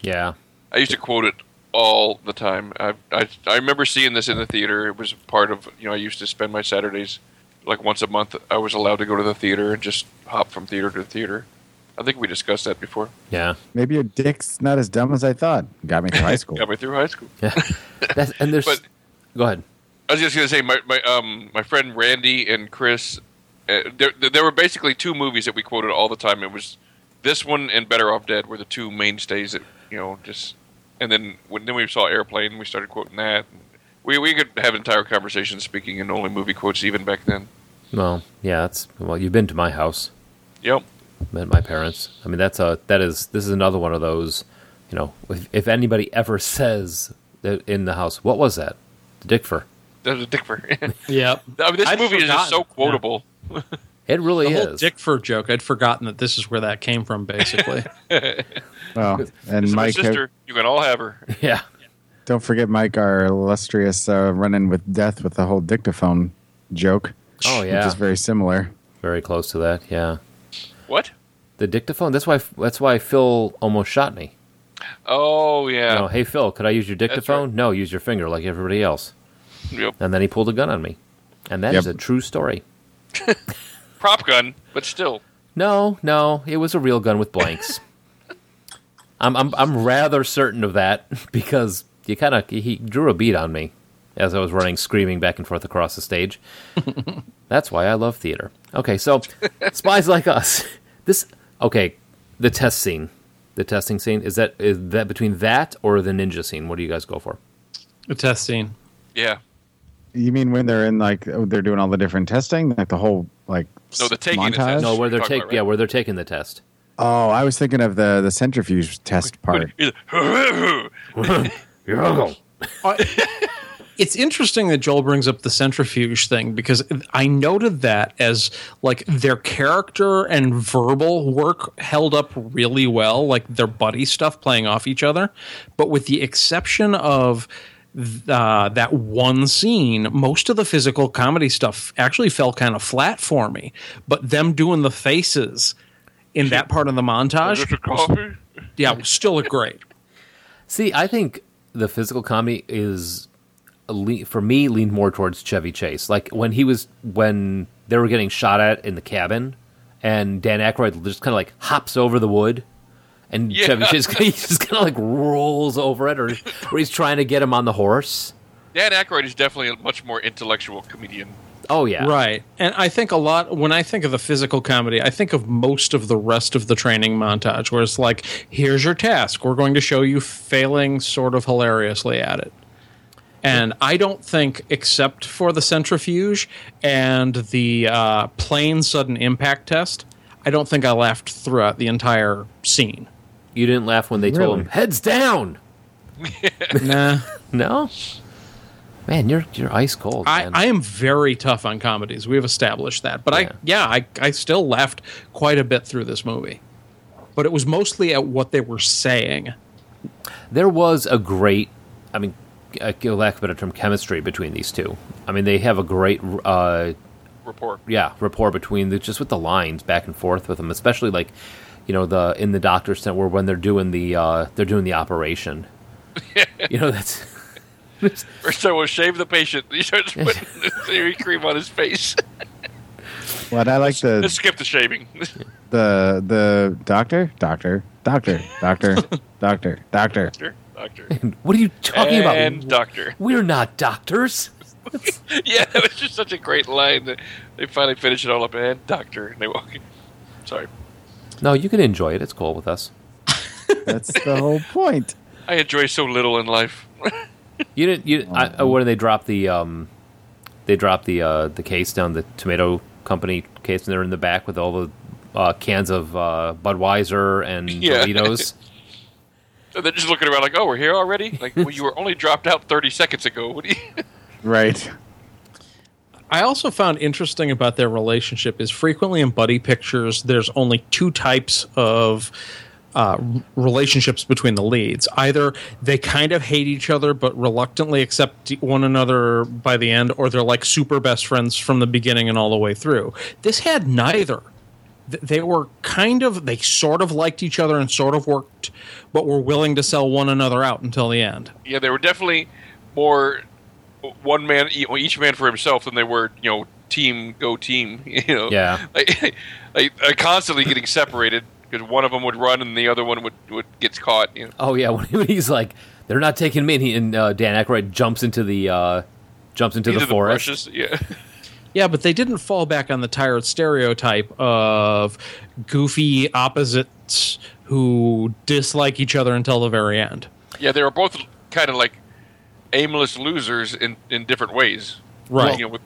B: Yeah.
C: I used to quote it all the time. I, I, I remember seeing this in the theater. It was part of, you know, I used to spend my Saturdays, like once a month, I was allowed to go to the theater and just hop from theater to theater. I think we discussed that before.
B: Yeah.
D: Maybe your dick's not as dumb as I thought. Got me through high school.
C: Got me through high school.
B: Yeah. That's, and there's.
C: But-
B: go ahead.
C: I was just gonna say my my um my friend Randy and Chris, uh, there there were basically two movies that we quoted all the time. It was this one and Better Off Dead were the two mainstays that you know just. And then when then we saw Airplane, we started quoting that. We we could have entire conversations speaking in only movie quotes even back then.
B: Well, yeah. That's well. You've been to my house.
C: Yep.
B: Met my parents. I mean, that's a that is this is another one of those. You know, if, if anybody ever says that in the house, what was that? The Dickfer.
C: That was a Dickfer.
E: yeah.
C: I mean, this
E: I'd
C: movie is just
E: forgotten.
C: so quotable.
B: It really
E: The whole
B: is.
E: Dickford joke. I'd forgotten that this is where that came from. Basically,
D: Well, and
C: It's my
D: Mike,
C: sister. you can all have her.
B: yeah.
D: don't forget Mike, our illustrious uh, running with death with the whole dictaphone joke,
B: Oh yeah.
D: which is very similar.
B: Very close to that, yeah.
C: What?
B: The dictaphone. That's why. That's why Phil almost shot me.
C: Oh
B: You
C: yeah.
B: know, hey Phil, could I use your
C: right.
B: dictaphone? No, use your finger like everybody else.
C: Yep.
B: And then he pulled a gun on me, and that is
D: Yep.
B: a true story.
C: Prop gun, but still.
B: No, no, it was a real gun with blanks. I'm, I'm, I'm rather certain of that because you kind of he drew a bead on me as I was running screaming back and forth across the stage. That's why I love theater. Okay, so spies like us. This okay, the test scene, the testing scene is that is that between that or the ninja scene? What do you guys go for?
E: the test scene.
C: Yeah.
D: You mean when they're in like oh, they're doing all the different testing, like the whole like
C: No, the taking the
D: montage?
C: test.
B: No,
C: what
B: where
C: you're
B: they're
C: talking
B: take
C: about, right?
B: yeah, where they're taking the test.
D: Oh, I was thinking of the the centrifuge test part.
E: It's interesting that Joel brings up the centrifuge thing because I noted that as like their character and verbal work held up really well, like their buddy stuff playing off each other. But with the exception of th- uh, that one scene, most of the physical comedy stuff actually fell kind of flat for me. But them doing the faces in that part of the montage,
C: coffee?
E: yeah, was still great.
B: See, I think the physical comedy is le- for me leaned more towards Chevy Chase. Like when he was when they were getting shot at in the cabin, and Dan Aykroyd just kind of like hops over the wood, and
C: Yeah.
B: Chevy Chase he just kind of like rolls over it, or, or he's trying to get him on the horse.
C: Dan Aykroyd is definitely a much more intellectual comedian.
B: Oh yeah,
E: Right. And I think a lot, when I think of the physical comedy, I think of most of the rest of the training montage where it's like, here's your task. We're going to show you failing sort of hilariously at it. And I don't think, except for the centrifuge and the uh, plane sudden impact test, I don't think I laughed throughout the entire scene.
B: You didn't laugh when they told
D: Really?
B: him heads down.
E: nah.
B: No, man, you're you're ice cold.
E: I,
B: man.
E: I am very tough on comedies. We've established that. But I yeah, I, I still laughed quite a bit through this movie. But it was mostly at what they were saying.
B: there was a great, I mean, uh, lack of a better term, chemistry between these two. I mean, they have a great, uh,
C: Rapport.
B: yeah, rapport between the, just with the lines back and forth with them, especially like, you know, the in the doctor's tent where when they're doing the uh, they're doing the operation. you know, that's
C: First, I will shave the patient. He starts putting the theory cream on his face.
D: What I
C: Let's
D: like the
C: skip the shaving.
D: the the doctor, doctor, doctor, doctor, doctor, doctor.
C: doctor, doctor,
B: what are you talking
C: and
B: about?
C: doctor.
B: We're not doctors.
C: Yeah, that was just such a great line. that They finally finish it all up and doctor, and they walk. in. Sorry,
B: No, you can enjoy it. It's cool with us.
D: That's the whole point.
C: I enjoy so little in life.
B: You didn't. You I, oh, where did they drop the um, they dropped the uh, the case down the tomato company case, and they're in the back with all the uh, cans of uh, Budweiser and
C: Yeah.
B: Doritos.
C: So they're just looking around like, oh, we're here already? Like, well, you were only dropped out 30 seconds ago. What do you...
D: Right.
E: I also found interesting about their relationship is frequently in buddy pictures, there's only two types of uh, r- relationships between the leads. Either they kind of hate each other but reluctantly accept e-, one another by the end, or they're like super best friends from the beginning and all the way through. This had neither. Th- They were kind of, they sort of liked each other and sort of worked, but were willing to sell one another out until the end.
C: Yeah, they were definitely more one man, e, each man for himself than they were, you know, team, go team, you know.
B: Yeah.
C: Like, like, uh, constantly getting separated because one of them would run and the other one would, would gets caught, you know.
B: Oh yeah, when when he's like, they're not taking me, and, he, and uh, Dan Aykroyd jumps into the uh, jumps into
C: Into
B: the forest.
C: brushes, Yeah.
E: Yeah, but they didn't fall back on the tired stereotype of goofy opposites who dislike each other until the very end.
C: Yeah, they were both kind of like aimless losers in, in different ways.
E: Right.
C: You know, with,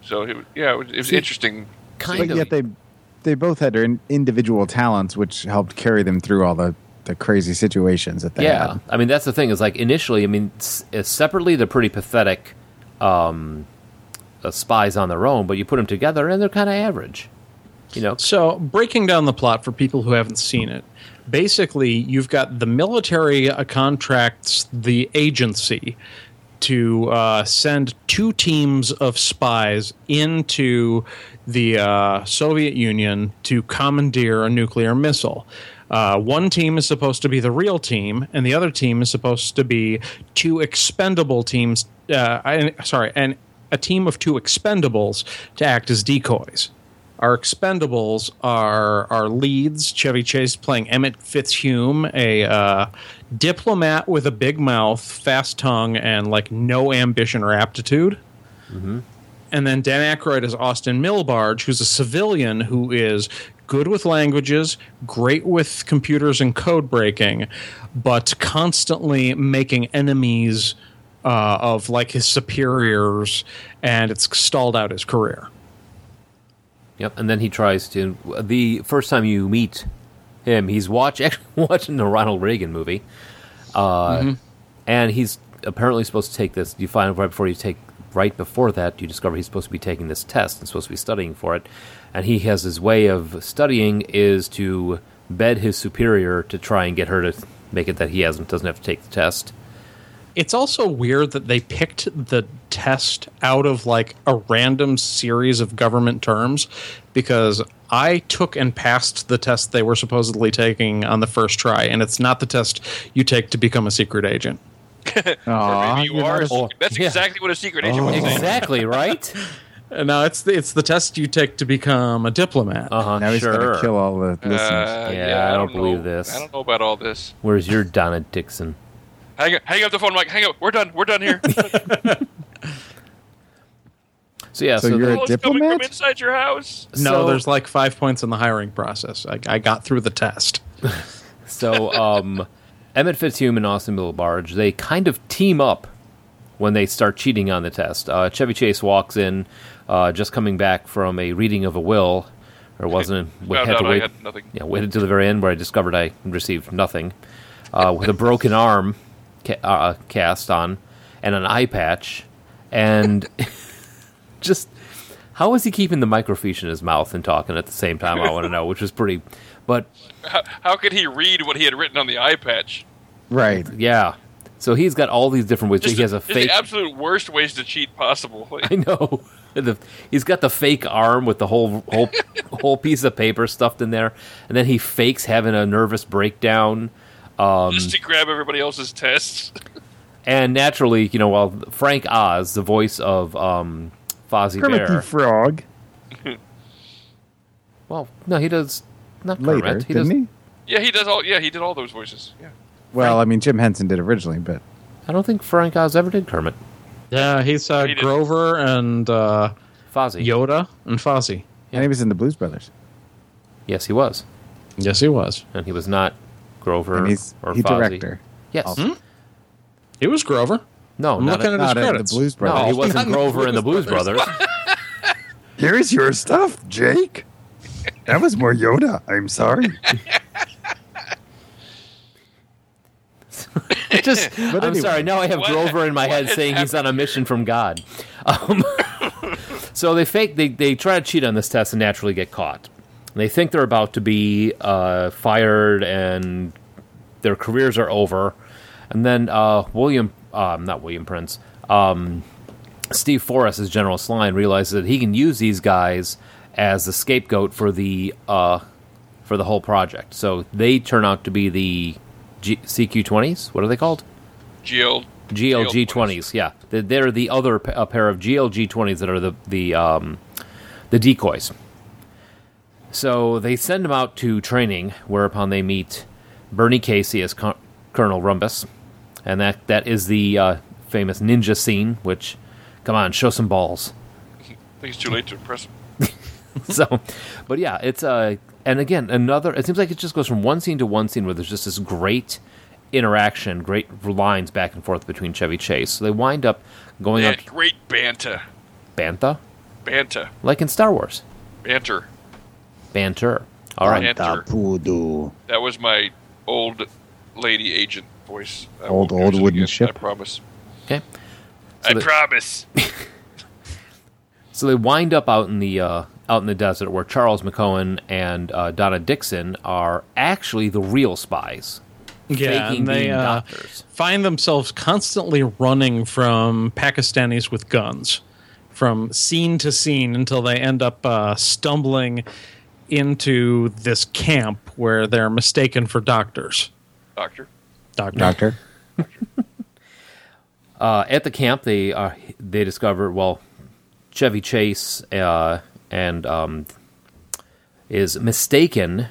C: so, it, was- yeah, it was, it was
B: See-
C: interesting.
B: Kind
D: But
B: of.
D: yet they they both had their in- individual talents, which helped carry them through all the, the crazy situations that they
B: yeah,
D: had.
B: I mean that's the thing is like initially, I mean s- uh, separately they're pretty pathetic um, uh, spies on their own, but you put them together and they're kind of average. You know,
E: So, breaking down the plot for people who haven't seen it, basically, you've got the military uh, contracts the agency to uh, send two teams of spies into the uh, Soviet Union to commandeer a nuclear missile. Uh, one team is supposed to be the real team, and the other team is supposed to be two expendable teams. Uh, I, sorry, and a team of two expendables to act as decoys. Our expendables are our leads. Chevy Chase playing Emmett Fitzhume, a uh, diplomat with a big mouth, fast tongue, and like no ambition or aptitude. And then Dan Aykroyd is Austin Milbarge, who's a civilian who is good with languages, great with computers and code breaking, but constantly making enemies uh, of like his superiors, and it's stalled out his career.
B: Yep, and then he tries to. The first time you meet him, he's watch actually watching the Ronald Reagan movie, uh,
D: Mm-hmm.
B: and he's apparently supposed to take this. You find out right before you take right before that, you discover he's supposed to be taking this test and supposed to be studying for it, and he has his way of studying is to bed his superior to try and get her to make it that he hasn't doesn't have to take the test.
E: It's also weird that they picked the test out of like a random series of government terms because I took and passed the test they were supposedly taking on the first try, and it's not the test you take to become a secret agent.
C: Or
D: Aw,
C: maybe you
D: you're
C: are.
D: not
C: a
D: a-
C: secret- That's
B: oh, yeah. Oh,
C: exactly what a secret agent would say.
B: Exactly right.
E: Uh, No, it's the, it's the test you take to become a diplomat.
B: Uh huh.
D: now he's
B: Sure.
D: gonna kill all the listeners.
C: Uh,
B: Yeah, I don't believe
C: know.
B: this.
C: I don't know about all this.
B: Where's your Donna Dixon?
C: Hang, hang up the phone, Mike. Hang up. We're done. We're done here.
B: So yeah.
D: So
B: So,
D: you're
B: the-
C: Someone's
D: a
C: coming from
D: diplomat?
C: inside your house.
E: no,
B: so-
E: there's like five points in the hiring process. I, I got through the test.
B: So um, Emmett Fitzhume and Austin Barge they kind of team up when they start cheating on the test. Uh, Chevy Chase walks in, uh, just coming back from a reading of a will, or wasn't it?
C: Found
B: had
C: out
B: to
C: I
B: wait,
C: had nothing.
B: Yeah, waited to the very end where I discovered I received nothing, uh, with a broken arm ca- uh, cast on and an eye patch, and just how is he keeping the microfiche in his mouth and talking at the same time? I want to know, which was pretty. But
C: How could he read what he had written on the eye patch?
D: Right.
B: Yeah. So he's got all these different ways.
C: Just
B: he has a
C: the, just
B: fake.
C: the absolute worst ways to cheat possible. Like,
B: I know. The, he's got the fake arm with the whole whole whole piece of paper stuffed in there, and then he fakes having a nervous breakdown. Um,
C: just to grab everybody else's tests.
B: And naturally, you know, while Frank Oz, the voice of um, Fozzie
D: Kermit the
B: Bear,
D: Frog
B: well, no, he does not Kermit.
D: later,
B: he
D: didn't
B: does,
D: he?
C: Yeah, he does all. Yeah, he did all those voices. Yeah.
D: Well, I mean, Jim Henson did originally, but
B: I don't think Frank Oz ever did Kermit.
E: Yeah, he's uh,
C: He did.
E: Grover and uh,
B: Fozzie,
E: Yoda and Fozzie.
D: and he was in the Blues Brothers.
B: yes, he was.
E: Yes, he was.
B: and he was not Grover
D: and he's
B: or
D: he
B: Fozzie.
D: director.
B: Yes,
E: He was Grover.
B: no,
E: I'm
B: not
E: looking
B: a-
D: Not
E: at his
D: in the
E: credits.
D: Blues
B: no,
D: Brothers.
B: he wasn't Grover in the Blues Brothers.
D: Here's your stuff, Jake. That was more Yoda. I'm sorry.
B: Just, I'm
D: anyway.
B: sorry. Now I have
C: What-
B: Grover in my
C: what
B: head
C: has
B: saying he's on a mission from God. Um, so they fake. They they try to cheat on this test and naturally get caught. And they think they're about to be uh, fired and their careers are over. And then uh, William, um, not William Prince, um, Steve Forrest as General Sline realizes that he can use these guys as the scapegoat for the uh, for the whole project. So they turn out to be the G- CQ20s. What are they called?
C: GL
B: GLG twenties. Yeah, They're- they're the other p- a pair of GLG twenties that are the the um, the decoys. So they send them out to training, whereupon they meet Bernie Casey as Con- Colonel Rumbus, and that that is the uh, famous ninja scene. Which, come on, show some balls.
C: I think it's too late to impress him.
B: so, but yeah, it's uh, and again another. It seems like it just goes from one scene to one scene where there's just this great interaction, great lines back and forth between Chevy Chase. So they wind up going
C: Yeah,
B: up
C: great banter.
B: Bantha,
C: Banter.
B: like in Star Wars.
C: Banter.
B: Banter. All right.
C: Banter.
D: Poodoo.
C: That was my old lady agent voice. I won't
D: Old-
C: do it
D: old
C: again,
D: wooden ship.
C: I promise.
B: Okay.
C: I
B: the-
C: promise.
B: So they wind up out in the uh, out in the desert where Charles McCohen and uh, Donna Dixon are actually the real spies.
E: Yeah,
B: faking
E: and they
B: being
E: uh,
B: doctors.
E: find themselves constantly running from Pakistanis with guns, from scene to scene, until they end up uh, stumbling into this camp where they're mistaken for doctors.
C: Doctor.
E: Doctor.
D: Doctor.
B: Uh, at the camp, they uh, they discover well, Chevy Chase uh, and um, is mistaken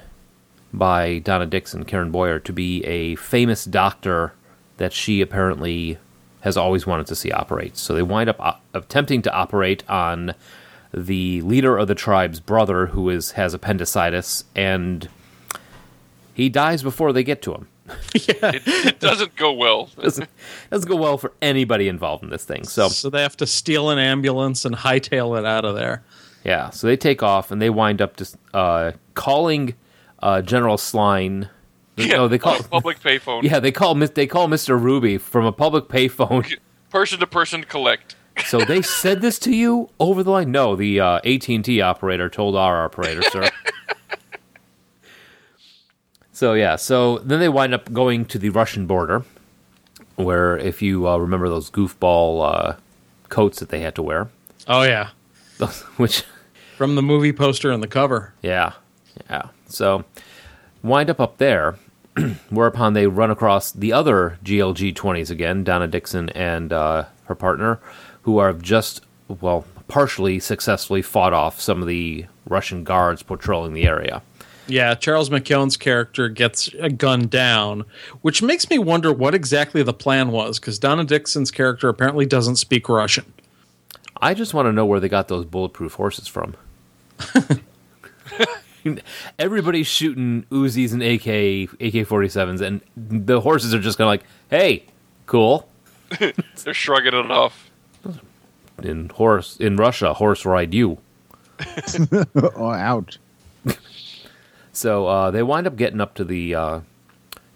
B: by Donna Dixon, Karen Boyer, to be a famous doctor that she apparently has always wanted to see operate. So they wind up op- attempting to operate on the leader of the tribe's brother, who is has appendicitis, and he dies before they get to him.
C: It doesn't go well.
B: Doesn't, doesn't go well for anybody involved in this thing. So
E: So they have to steal an ambulance and hightail it out of there.
B: Yeah, so they take off and they wind up just uh, calling uh, General Sline. no, they call.
C: On a Oh, public payphone.
B: yeah, they call. Mis- They call Mister Ruby from a public payphone.
C: Person to person collect.
B: so they said this to you over the line. No, the uh, AT and T operator told our operator, sir. so yeah, so then they wind up going to the Russian border, where if you uh, remember those goofball uh, coats that they had to wear,
E: Oh yeah,
B: those, which
E: from the movie poster and the cover.
B: Yeah. Yeah. So wind up up there, whereupon they run across the other GLG 20s again, Donna Dixon and uh, her partner, who are just, well, partially successfully fought off some of the Russian guards patrolling the area.
E: Yeah, Charles McKeown's character gets a gun down, which makes me wonder what exactly the plan was, because Donna Dixon's character apparently doesn't speak Russian.
B: I just want to know where they got those bulletproof horses from. Everybody's shooting Uzis and AK AK 47s, and the horses are just kind of like, hey, cool.
C: They're shrugging it off.
B: in horse in Russia, horse ride you.
D: oh, ouch.
B: So uh, they wind up getting up to the uh,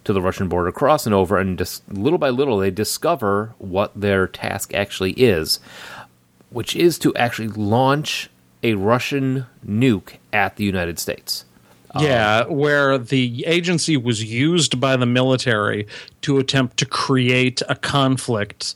B: to the Russian border, crossing over, and just little by little they discover what their task actually is, which is to actually launch a Russian nuke at the United States.
E: yeah, where the agency was used by the military to attempt to create a conflict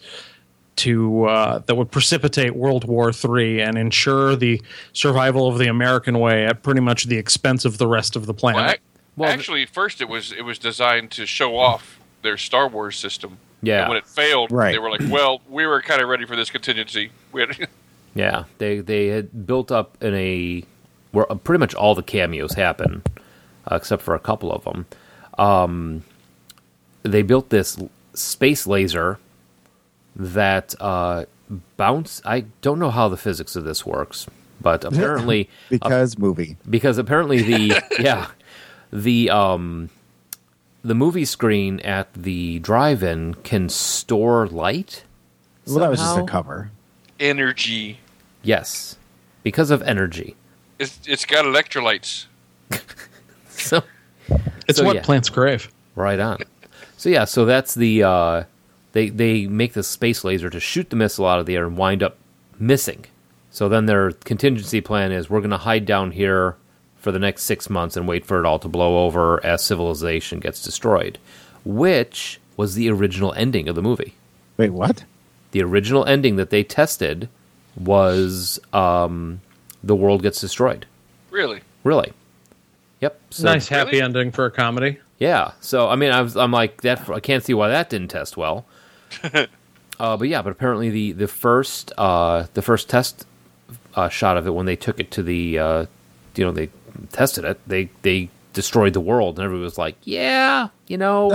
E: to uh, that would precipitate World War III and ensure the survival of the American way at pretty much the expense of the rest of the planet.
C: Well, ac-
B: Well, the-
C: actually, first it was it was designed to show off their Star Wars system.
B: Yeah.
C: And when it failed,
D: Right.
C: they were like, "Well, we were kind of ready for this contingency." We had,
B: Yeah, they they had built up in a where uh, pretty much all the cameos happen, uh, except for a couple of them. Um, they built this l- space laser that uh, bounce. I don't know how the physics of this works, but apparently,
D: Because movie.
B: because apparently the yeah the um, the movie screen at the drive-in can store light.
D: Well, that was just a
B: somehow?
D: cover.
C: Energy.
B: Yes, because of energy.
C: It's it's got electrolytes.
B: So
E: It's
B: So,
E: what
B: yeah.
E: plants crave.
B: right on. So yeah, so that's the uh, they they make this space laser to shoot the missile out of the air and wind up missing. So then their contingency plan is we're going to hide down here for the next six months and wait for it all to blow over as civilization gets destroyed, which was the original ending of the movie.
D: Wait, what?
B: the original ending that they tested was um, the world gets destroyed.
C: Really?
B: Really? Yep. So,
E: nice happy
C: Really?
E: ending for a comedy.
B: Yeah. So I mean, I was, I'm like that. I can't see why that didn't test well. uh, but yeah, but apparently the the first uh, the first test uh, shot of it when they took it to the uh, you know they tested it they they destroyed the world and everybody was like yeah you know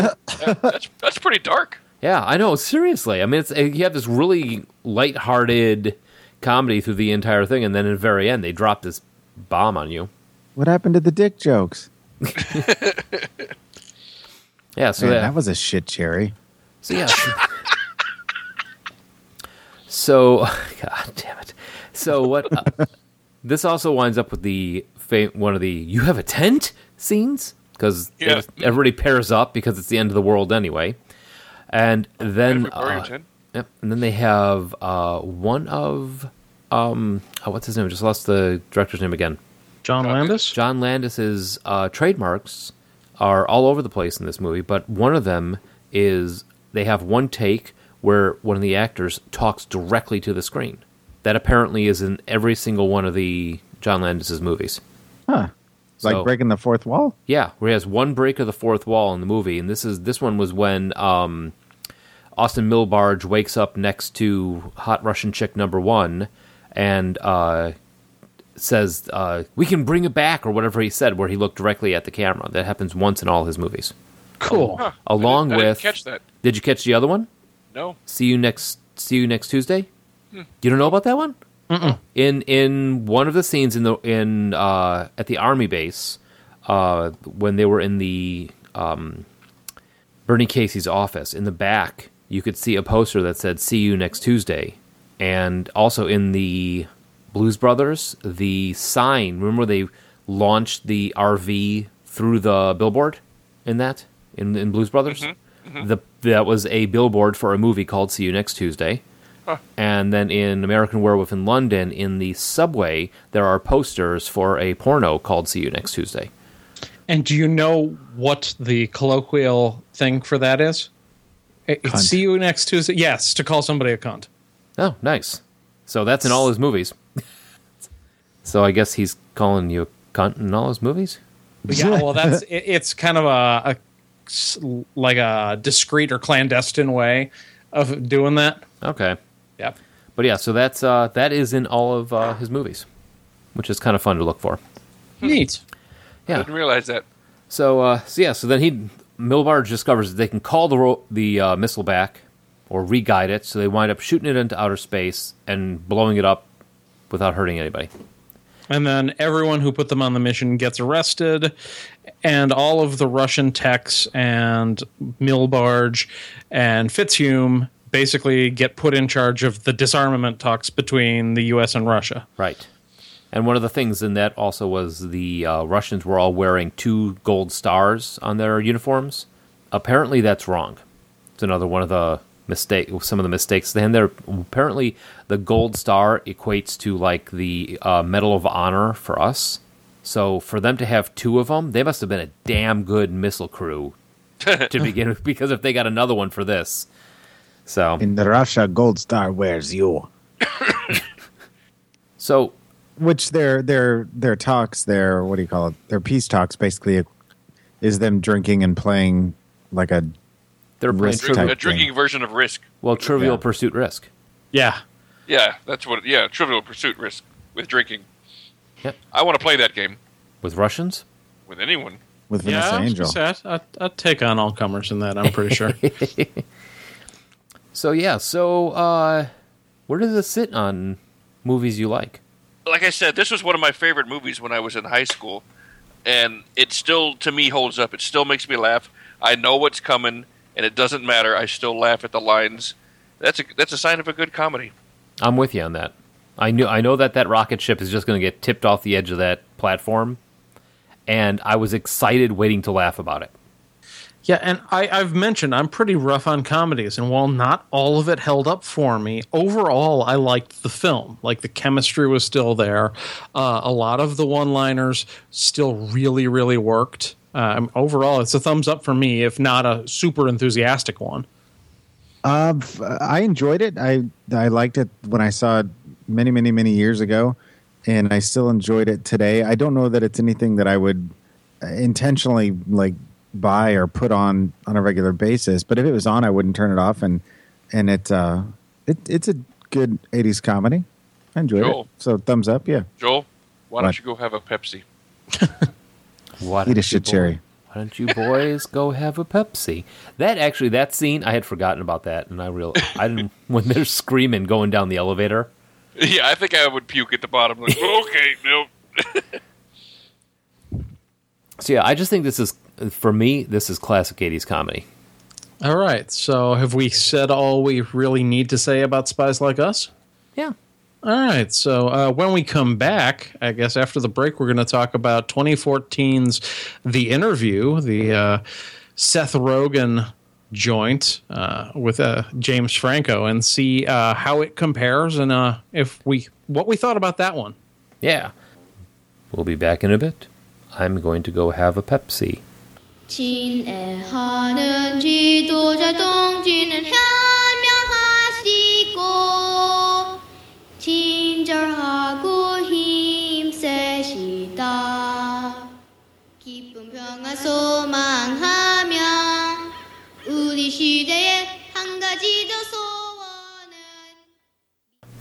C: That's that's pretty dark.
B: Yeah, I know. Seriously, I mean, it's you have this really light-hearted comedy through the entire thing, and then at the very end, they drop this bomb on you.
D: What happened to the dick jokes?
B: Yeah, so
D: Man,
B: that,
D: that was a shit cherry.
B: so yeah. so, god damn it. So what? Uh, this also winds up with the fam- one of the "you have a tent" scenes because
C: Yeah.
B: everybody pairs up because it's the end of the world anyway, and uh, then
C: Edward Burlington.
B: Yep. And then they have uh, one of um, oh, what's his name? I just lost the director's name again.
E: John Landis.
B: John Landis's uh, trademarks are all over the place in this movie, but one of them is they have one take where one of the actors talks directly to the screen. That apparently is in every single one of the John Landis's movies.
D: Huh. Like
B: So-
D: breaking the fourth wall?
B: Yeah, where he has one break of the fourth wall in the movie, and this is this one was when um, Austin Milbarge wakes up next to hot Russian chick number one, and uh, says, uh, "We can bring it back," or whatever he said, where he looked directly at the camera. That happens once in all his movies.
E: Cool.
C: Huh.
B: Along
C: I didn't, I
B: with,
C: didn't catch that.
B: did you catch the other one?
C: No.
B: See you next. See you next Tuesday.
C: Hmm.
B: You don't know about that one? In in one of the scenes in the in uh, at the army base uh, when they were in the um, Bernie Casey's office in the back, you could see a poster that said "See you next Tuesday," and also in the Blues Brothers, the sign. Remember they launched the RV through the billboard in that in, in Blues Brothers. The, that was a billboard for a movie called "See You Next Tuesday." And then in American Werewolf in London, in the subway, there are posters for a porno called "See You Next Tuesday."
E: And do you know what the colloquial thing for that is? It- it's
D: Cunt.
E: see you next Tuesday. Yes, to call somebody a cunt.
B: Oh, nice. So that's in all his movies. so I guess he's calling you a cunt in all his movies.
E: Yeah, well, that's it, it's kind of a, a s- like a discreet or clandestine way of doing that.
B: Okay,
E: Yeah,
B: but yeah, so that's uh, that is in all of uh, his movies, which is kind of fun to look for.
E: neat.
B: Yeah.
C: Didn't realize that.
B: So, uh, so yeah, so then he Milbar discovers that they can call the ro- the uh, missile back or re-guide it, so they wind up shooting it into outer space and blowing it up without hurting anybody.
E: And then everyone who put them on the mission gets arrested, and all of the Russian techs and Milbarge and Fitzhume basically get put in charge of the disarmament talks between the U.S. and Russia.
B: Right. And one of the things in that also was the uh, Russians were all wearing two gold stars on their uniforms. Apparently, that's wrong. It's another one of the mistake, some of the mistakes. Then there apparently the gold star equates to like the uh, Medal of Honor for us. So for them to have two of them, they must have been a damn good missile crew to begin with. Because if they got another one for this, so
D: In the Russia, Gold Star wears you.
B: so
D: Which their their their talks, their what do you call it? Their peace talks basically is them drinking and playing like a
B: they're playing
D: Risk
C: Drink,
B: trivial,
D: type.
C: a drinking version of Risk.
B: well Trivial
D: Yeah.
B: Pursuit Risk.
E: Yeah.
C: Yeah, that's what. Yeah, Trivial Pursuit Risk with drinking.
B: Yep.
C: I want to play that game
B: with Russians.
C: with anyone.
D: with Vanessa
E: I was
D: Angel.
E: gonna Say, I'd, I'd, I'd take on all comers in that, I'm pretty sure.
B: So yeah, so uh, where does this sit on movies you like?
C: Like I said, this was one of my favorite movies when I was in high school. and it still to me holds up. It still makes me laugh. I know what's coming, and it doesn't matter. I still laugh at the lines. That's a that's a sign of a good comedy.
B: I'm with you on that. I knew I know that that rocket ship is just going to get tipped off the edge of that platform, and I was excited waiting to laugh about it.
E: Yeah, and I, I've mentioned I'm pretty rough on comedies, and while not all of it held up for me, overall I liked the film. Like the chemistry was still there. Uh, a lot of the one-liners still really, really worked. Um, overall, it's a thumbs up for me, if not a super enthusiastic one.
D: Uh, f- I enjoyed it. I I liked it when I saw it many, many, many years ago, and I still enjoyed it today. I don't know that it's anything that I would intentionally like buy or put on on a regular basis, but if it was on, I wouldn't turn it off. And and it uh, it it's a good '80s comedy. I enjoyed
C: Cool.
D: it. So thumbs up. Yeah,
C: Joel, why don't
D: What?
C: you go have a Pepsi?
B: Why
D: eat
B: don't you
D: a shit
B: boy-
D: cherry.
B: Why don't you boys go have a Pepsi? That actually, that scene I had forgotten about that, and I real I didn't when they're screaming going down the elevator.
C: Yeah, I think I would puke at the bottom. Like, okay, no.
B: So yeah, I just think this is for me. This is classic '80s comedy.
E: All right, so have we said all we really need to say about Spies Like Us?
B: Yeah,
E: All right. So uh, when we come back, I guess after the break, we're going to talk about 2014's The Interview, the uh, Seth Rogen joint uh, with uh, James Franco, and see uh, how it compares and uh, if we what we thought about that one.
B: yeah. We'll be back in a bit. I'm going to go have a Pepsi.
A: 친애하는 지도자 동지는 현명하시고 친절하고 힘세시다 기쁨 평화 소망하며 우리 시대의 한 가지 더 소원은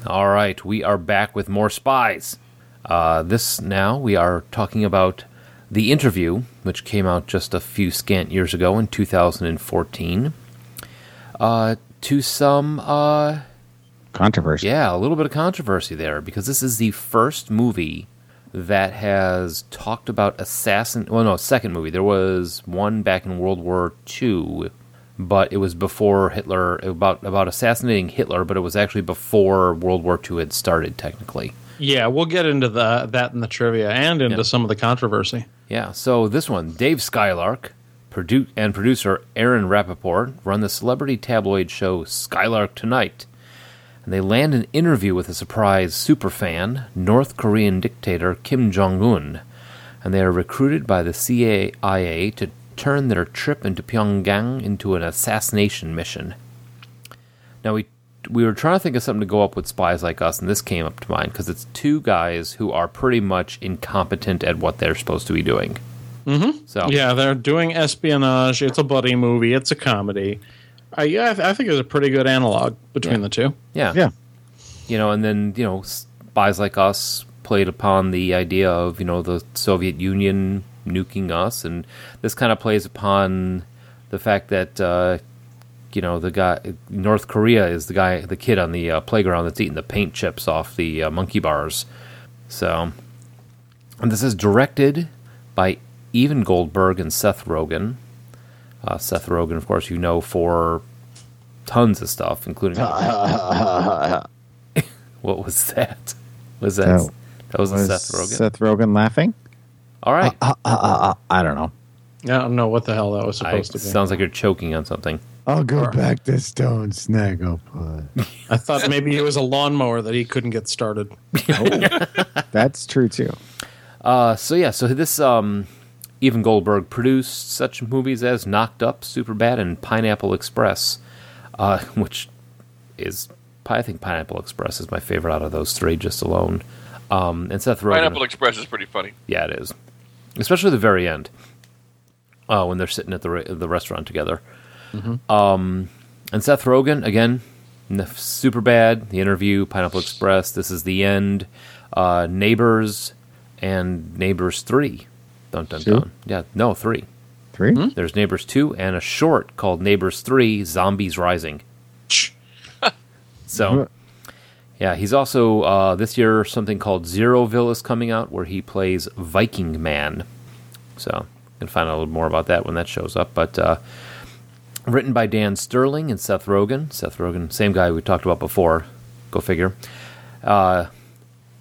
B: All right, we are back with more spies. Uh, this now we are talking about the interview, which came out just a few scant years ago in 2014. Uh, to some, uh,
D: Controversy.
B: yeah, a little bit of controversy there because this is the first movie that has talked about assassin. Well, no, second movie. There was one back in World War II, but it was before Hitler. About about assassinating Hitler, but it was actually before World War II had started technically.
E: Yeah, we'll get into the, that in the trivia and into
B: Yeah.
E: some of the controversy.
B: Yeah, so this one, Dave Skylark produ- and producer Aaron Rappaport run the celebrity tabloid show Skylark Tonight. And they land an interview with a surprise superfan, North Korean dictator Kim Jong un. And they are recruited by the CIA to turn their trip into Pyongyang into an assassination mission. Now, we, we were trying to think of something to go up with spies like us, and this came up to mind because it's two guys who are pretty much incompetent at what they're supposed to be doing. Mm-hmm. So,
E: Yeah, they're doing espionage. It's a buddy movie. It's a comedy. I, yeah, I, th- I think it's a pretty good analog between
B: Yeah.
E: the two.
B: yeah.
D: Yeah.
B: you know, and then you know, spies like us played upon the idea of you know the Soviet Union nuking us, and this kind of plays upon the fact that uh, you know the guy North Korea is the guy, the kid on the uh, playground that's eating the paint chips off the uh, monkey bars. So, and this is directed by Evan Goldberg and Seth Rogen. Uh, Seth Rogen, of course, you know for tons of stuff, including what was that? Was that
D: That
B: that was, a
D: Was
B: Seth Rogen?
D: Seth Rogen laughing.
B: All right,
D: I don't know.
E: I don't know what the hell that was
B: I-
E: supposed to be.
B: sounds like you're choking on something.
D: I'll go back to Stone Snaggleputt.
E: I thought maybe it was a lawnmower that he couldn't get started.
D: That's true too.
B: Uh, so yeah, so this um, even Goldberg produced such movies as Knocked Up, Superbad, and Pineapple Express, uh, which is I think Pineapple Express is my favorite out of those three, just alone. Um, and Seth Rogen.
C: Pineapple Express is pretty funny.
B: Yeah, it is. Especially the very end, uh, when they're sitting at the re- the restaurant together. Um, and Seth Rogen again, super bad. The interview, Pineapple Express. This is the end. Uh, Neighbors and Neighbors Three. Dun dun
D: Two?
B: dun. Yeah, no three.
D: 3
B: There's Neighbors Two and a short called Neighbors Three: Zombies Rising.
E: Uh,
B: So, yeah, he's also uh, this year something called Zeroville is coming out where he plays Viking Man, So you can find out a little more about that when that shows up. But uh, written by Dan Sterling and Seth Rogen. Seth Rogen, same guy we talked about before. Go figure. Uh,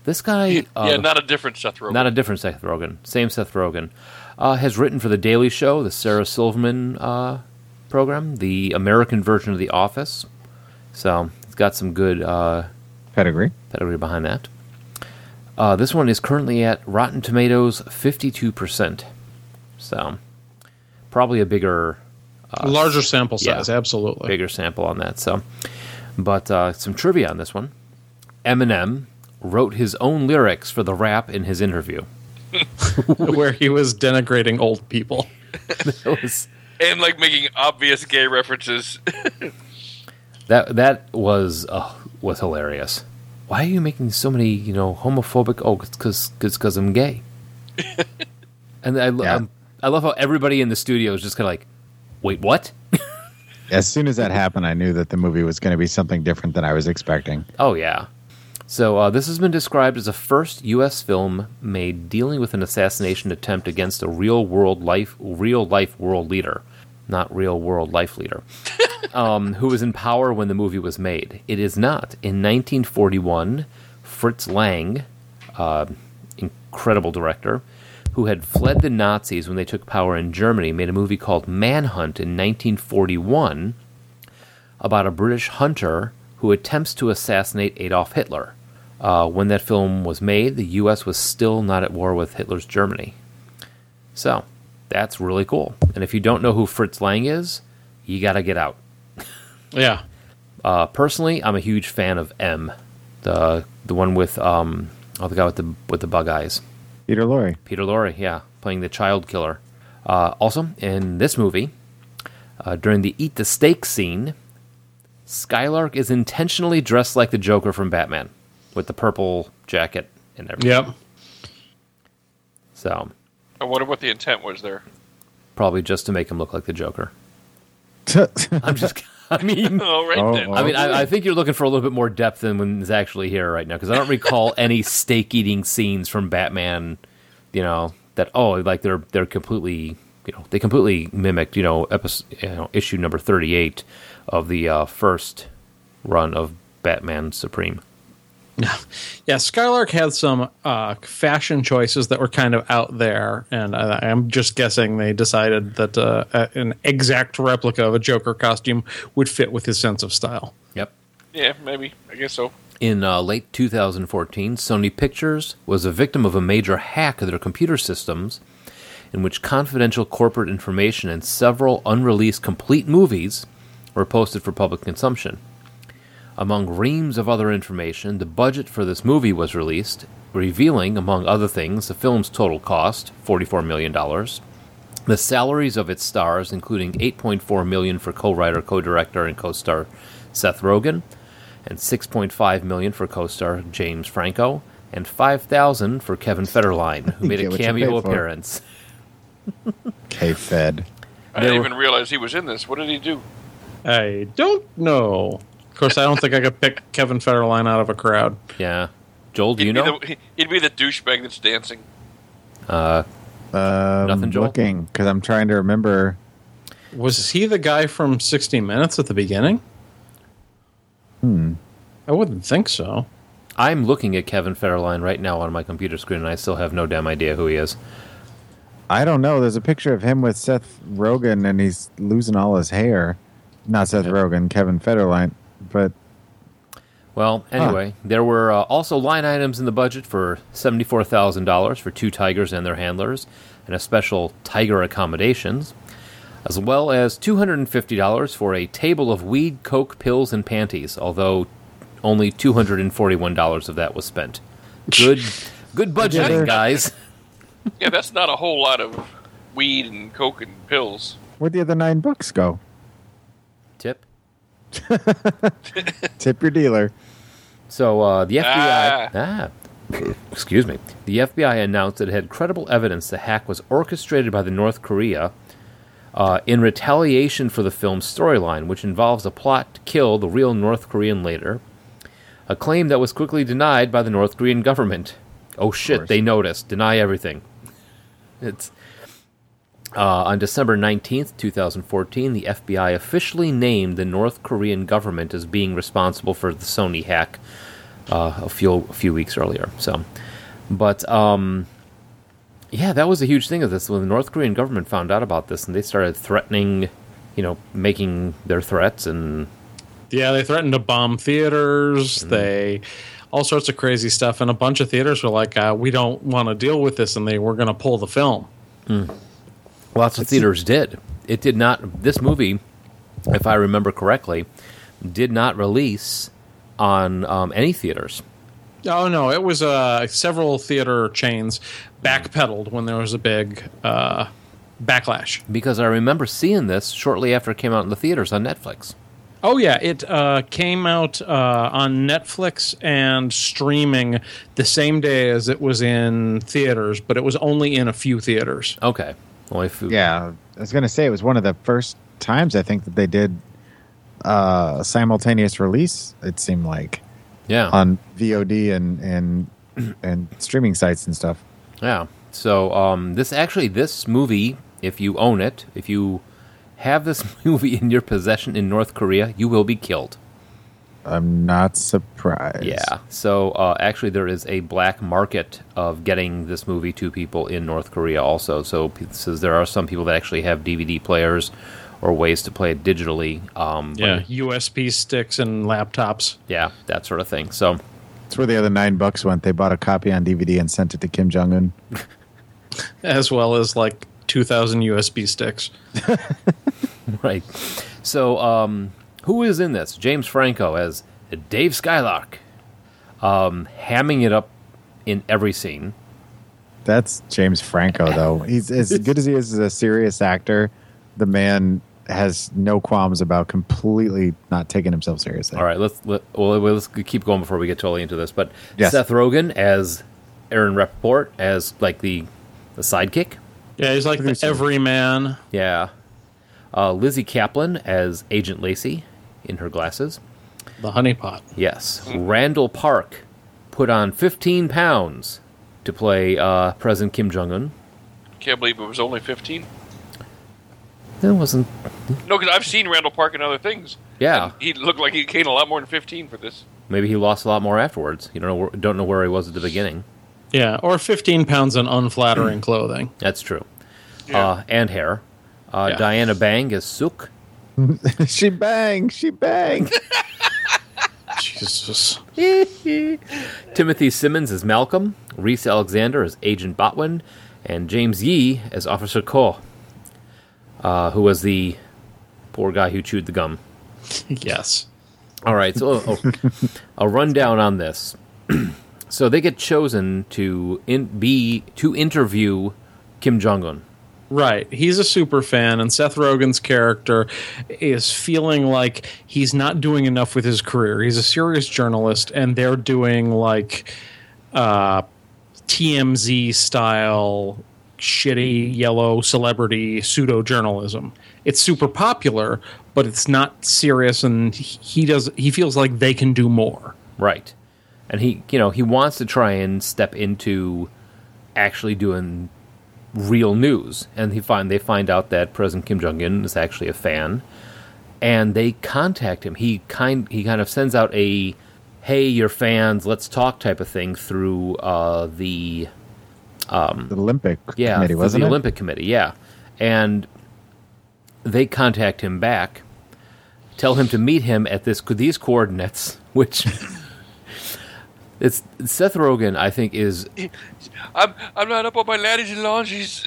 B: this guy, uh,
C: yeah, not a different Seth Rogen.
B: not a different Seth Rogen, same Seth Rogen, uh, has written for The Daily Show, the Sarah Silverman uh, program, the American version of The Office. So it's got some good uh,
D: Pedigree.
B: pedigree behind that. Uh, this one is currently at Rotten Tomatoes 52%. So probably a bigger
E: Larger sample
B: yeah.
E: size, absolutely.
B: bigger sample on that. So, but uh, some trivia on this one. Eminem wrote his own lyrics for the rap in his interview.
E: Where he was denigrating old people.
B: That was
C: and like making obvious gay references.
B: that that was uh, was hilarious. Why are you making so many you know homophobic? Oh, because because I'm gay. and I, lo-
D: Yeah.
B: I'm- I love how everybody in the studio is just kind of like, wait, what?
D: As soon as that happened, I knew that the movie was going to be something different than I was expecting.
B: Oh, yeah. So, uh, this has been described as the first U.S. film made dealing with an assassination attempt against a real world life, real life world leader, not real world life leader, um, who was in power when the movie was made. It is not. In 1941, Fritz Lang, uh, incredible director, who had fled the Nazis when they took power in Germany, made a movie called Manhunt in 1941 about a British hunter who attempts to assassinate Adolf Hitler. Uh, when that film was made, the U.S. was still not at war with Hitler's Germany. So that's really cool. And if you don't know who Fritz Lang is, you got to get out.
E: Yeah.
B: Uh, personally, I'm a huge fan of M, the the one with um, oh the guy with the with the bug eyes.
D: Peter Lorre.
B: Peter Lorre, yeah, playing the child killer. Uh, also, in this movie, uh, during the eat the steak scene, Skylark is intentionally dressed like the Joker from Batman with the purple jacket and everything.
E: Yep.
B: So,
C: I wonder what the intent was there.
B: probably just to make him look like the Joker.
D: That's
B: I'm just, I mean,
C: Oh, right
D: Oh,
C: then.
B: I mean, I, I think you're looking for a little bit more depth than when is actually here right now because I don't recall any steak eating scenes from Batman. You know that oh, like they're they're completely you know they completely mimicked you know, episode, you know issue number thirty eight of the uh, first run of Batman Supreme.
E: Yeah, Skylark had some uh, fashion choices that were kind of out there, and I, I'm just guessing they decided that uh, a- an exact replica of a Joker costume would fit with his sense of style.
B: Yep.
C: yeah, maybe. I guess so.
B: In uh, late 2014, Sony Pictures was a victim of a major hack of their computer systems in which confidential corporate information and several unreleased complete movies were posted for public consumption. Among reams of other information, the budget for this movie was released, revealing, among other things, the film's total cost $44 million, the salaries of its stars, including $8.4 million for co writer, co director, and co star Seth Rogen and 6.5 million for co-star James Franco and 5,000 for Kevin Federline who made
D: Get
B: a
D: what you
B: cameo
D: paid for.
B: appearance.
D: K Fed.
C: I
B: They
C: didn't
B: were-
C: even realize he was in this. What did he do?
E: I don't know. Of course, I don't think I could pick Kevin Federline out of a crowd.
B: Yeah. Joel, do
C: He'd
B: you
C: be
B: know?
C: the, he- he'd be the douchebag that's dancing.
D: Um,
B: Nothing, Joel?
D: Looking because I'm trying to remember.
E: Was he the guy from 60 Minutes at the beginning? Hmm. I wouldn't think so.
B: I'm looking at Kevin Federline right now on my computer screen and I still have no damn idea who he is.
D: I don't know. There's a picture of him with Seth Rogen, and he's losing all his hair. Not Seth Rogen, Kevin Federline. But
B: Well, anyway, there were uh, also line items in the budget for $74,000 for two tigers and their handlers and a special tiger accommodations, as well as $250 for a table of weed, coke, pills, and panties, although only $241 of that was spent. Good good budgeting, guys.
C: Yeah, that's not a whole lot of weed and coke and pills.
D: where'd the other nine bucks go?
B: Tip.
D: Tip your dealer.
B: So uh, the FBI, ah. excuse me, the FBI announced that it had credible evidence the hack was orchestrated by the North Korea uh, in retaliation for the film's storyline, which involves a plot to kill the real North Korean leader, a claim that was quickly denied by the North Korean government. Oh shit, they noticed. Deny everything. It's Uh, on December 19th, 2014, the FBI officially named the North Korean government as being responsible for the Sony hack uh, a few a few weeks earlier. So, but um, yeah, that was a huge thing of this when the North Korean government found out about this and they started threatening, you know, making their threats and
E: Yeah, they threatened to bomb theaters. They all sorts of crazy stuff, and a bunch of theaters were like, uh, "We don't want to deal with this," and they were going to pull the film.
B: Lots of theaters did. It did not. This movie, if I remember correctly, did not release on um, any theaters.
E: Oh no, it was uh, several theater chains backpedaled when there was a big uh, backlash.
B: because I remember seeing this shortly after it came out in the theaters on Netflix.
E: Oh yeah, it uh, came out uh, on Netflix and streaming the same day as it was in theaters, but it was only in a few theaters.
B: Okay. Only if,
D: Yeah, I was gonna say it was one of the first times I think that they did uh, a simultaneous release. It seemed like
B: Yeah.
D: on VOD and and and streaming sites and stuff.
B: yeah. So um, this actually, this movie, if you own it, if you have this movie in your possession in North Korea, you will be killed.
D: I'm not surprised.
B: Yeah. So uh, actually, there is a black market of getting this movie to people in North Korea also. So it says there are some people that actually have DVD players or ways to play it digitally. Um, but-
E: Yeah, USB sticks and laptops.
B: Yeah. That sort of thing. So.
D: That's where the other nine bucks went. They bought a copy on DVD and sent it to Kim Jong Un.
E: as well as like 2000 USB sticks.
B: Right. So, um, who is in this? James Franco as Dave Skylark, um, hamming it up in every scene.
D: That's James Franco, though. He's as good as he is as a serious actor. The man has no qualms about completely not taking himself seriously.
B: All right, let's let, well, let's keep going before we get totally into this. But
D: Yes.
B: Seth Rogen as Aaron Rappaport as like the the sidekick.
E: Yeah, he's like the everyman.
B: Yeah. Uh, Lizzie Kaplan as Agent Lacey in her glasses.
E: The honeypot.
B: Yes. Randall Park put on 15 pounds to play uh, President Kim Jong Un.
C: Can't believe it was only 15.
B: That wasn't
C: No, because I've seen Randall Park in other things.
B: Yeah.
C: He looked like he gained a lot more than 15 for this.
B: Maybe he lost a lot more afterwards. You don't know, don't know where he was at the beginning.
E: Yeah, or 15 pounds in unflattering clothing.
B: That's true.
C: Yeah.
B: Uh, and hair. Uh,
E: Yeah.
B: Diana Bang is Sook.
D: she bang, she bang.
E: Jesus.
B: Timothy Simmons is Malcolm. Reese Alexander is Agent Botwin. And James Yee as Officer Cole, uh, who was the poor guy who chewed the gum.
E: Yes.
B: All right, so oh, a rundown on this. so they get chosen to in, be to interview Kim Jong Un.
E: Right. He's a super fan, and Seth Rogen's character is feeling like he's not doing enough with his career. He's a serious journalist, and they're doing like uh, TMZ style, shitty, yellow celebrity pseudo journalism. It's super popular, but it's not serious, and he does. He feels like they can do more.
B: Right. And he, you know, he wants to try and step into actually doing real news. And he find they find out that President Kim Jong Un is actually a fan, and they contact him. He kind he kind of sends out a "Hey, your fans, let's talk" type of thing through uh, the
D: the Olympic
B: yeah,
D: committee,
B: for
D: wasn't
B: the
D: it?
B: Olympic Committee, yeah. And they contact him back, tell him to meet him at this these coordinates, which it's Seth Rogen, I think, is
C: I'm, I'm not up on my laddies and launches.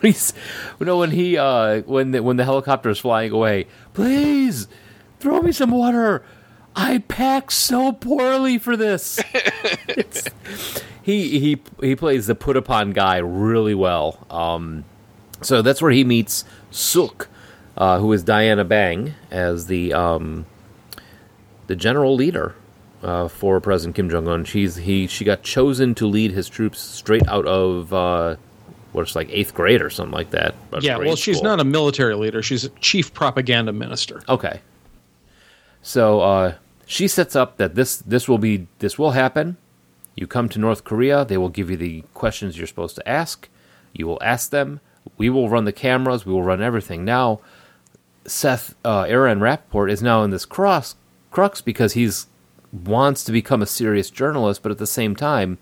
B: he's, you know when he uh, when the, when the helicopter is flying away, please throw me some water. I pack so poorly for this. It's- he he he plays the put upon guy really well. Um, so that's where he meets Sook, uh, who is Diana Bang as the um, the general leader uh, for President Kim Jong Un. She's he she got chosen to lead his troops straight out of uh, what's like eighth grade or something like that. but
E: Yeah.
B: grade
E: Well, she's
B: school.
E: not a military leader. She's a chief propaganda minister.
B: Okay. So uh, she sets up that this this will be this will happen. You come to North Korea, they will give you the questions you're supposed to ask. You will ask them. We will run the cameras. We will run everything. Now, Seth uh, Aaron Rappaport is now in this cross crux because he's wants to become a serious journalist, but at the same time,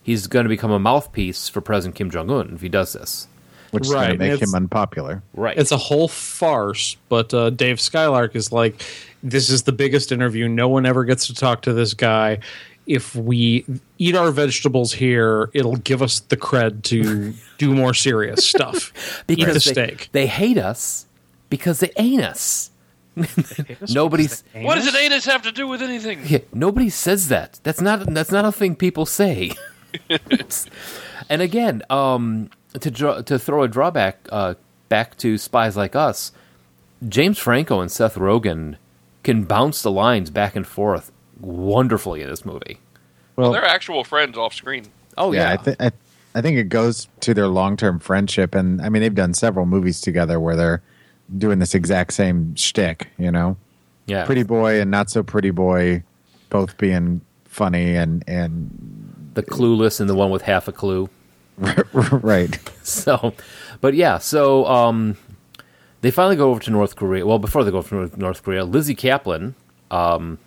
B: he's going to become a mouthpiece for President Kim Jong Un if he does this.
D: which is going
E: Right,
D: to make
E: it's-
D: him unpopular.
B: Right.
E: It's a whole farce, but uh, Dave Skylark is like, this is the biggest interview. No one ever gets to talk to this guy. If we eat our vegetables here, it'll give us the cred to do more serious stuff. eat the
B: because they,
E: steak.
B: they hate us because they ain't us. Nobody's
C: What does an anus have to do with anything?
B: yeah, nobody says that. That's not that's not a thing people say. and again, um, to draw, to throw a drawback uh, back to spies like us, James Franco and Seth Rogen can bounce the lines back and forth wonderfully in this movie.
E: Well,
C: They're actual friends off screen.
B: Oh
D: yeah,
B: yeah,
D: I, th- I, I think it goes to their long-term friendship, and I mean they've done several movies together where they're doing this exact same shtick, you know,
B: yeah.
D: pretty boy and not so pretty boy, both being funny and and
B: the clueless and the one with half a clue.
D: right.
B: so but yeah so um they finally go over to north korea well before they go over to North- north korea lizzie kaplan um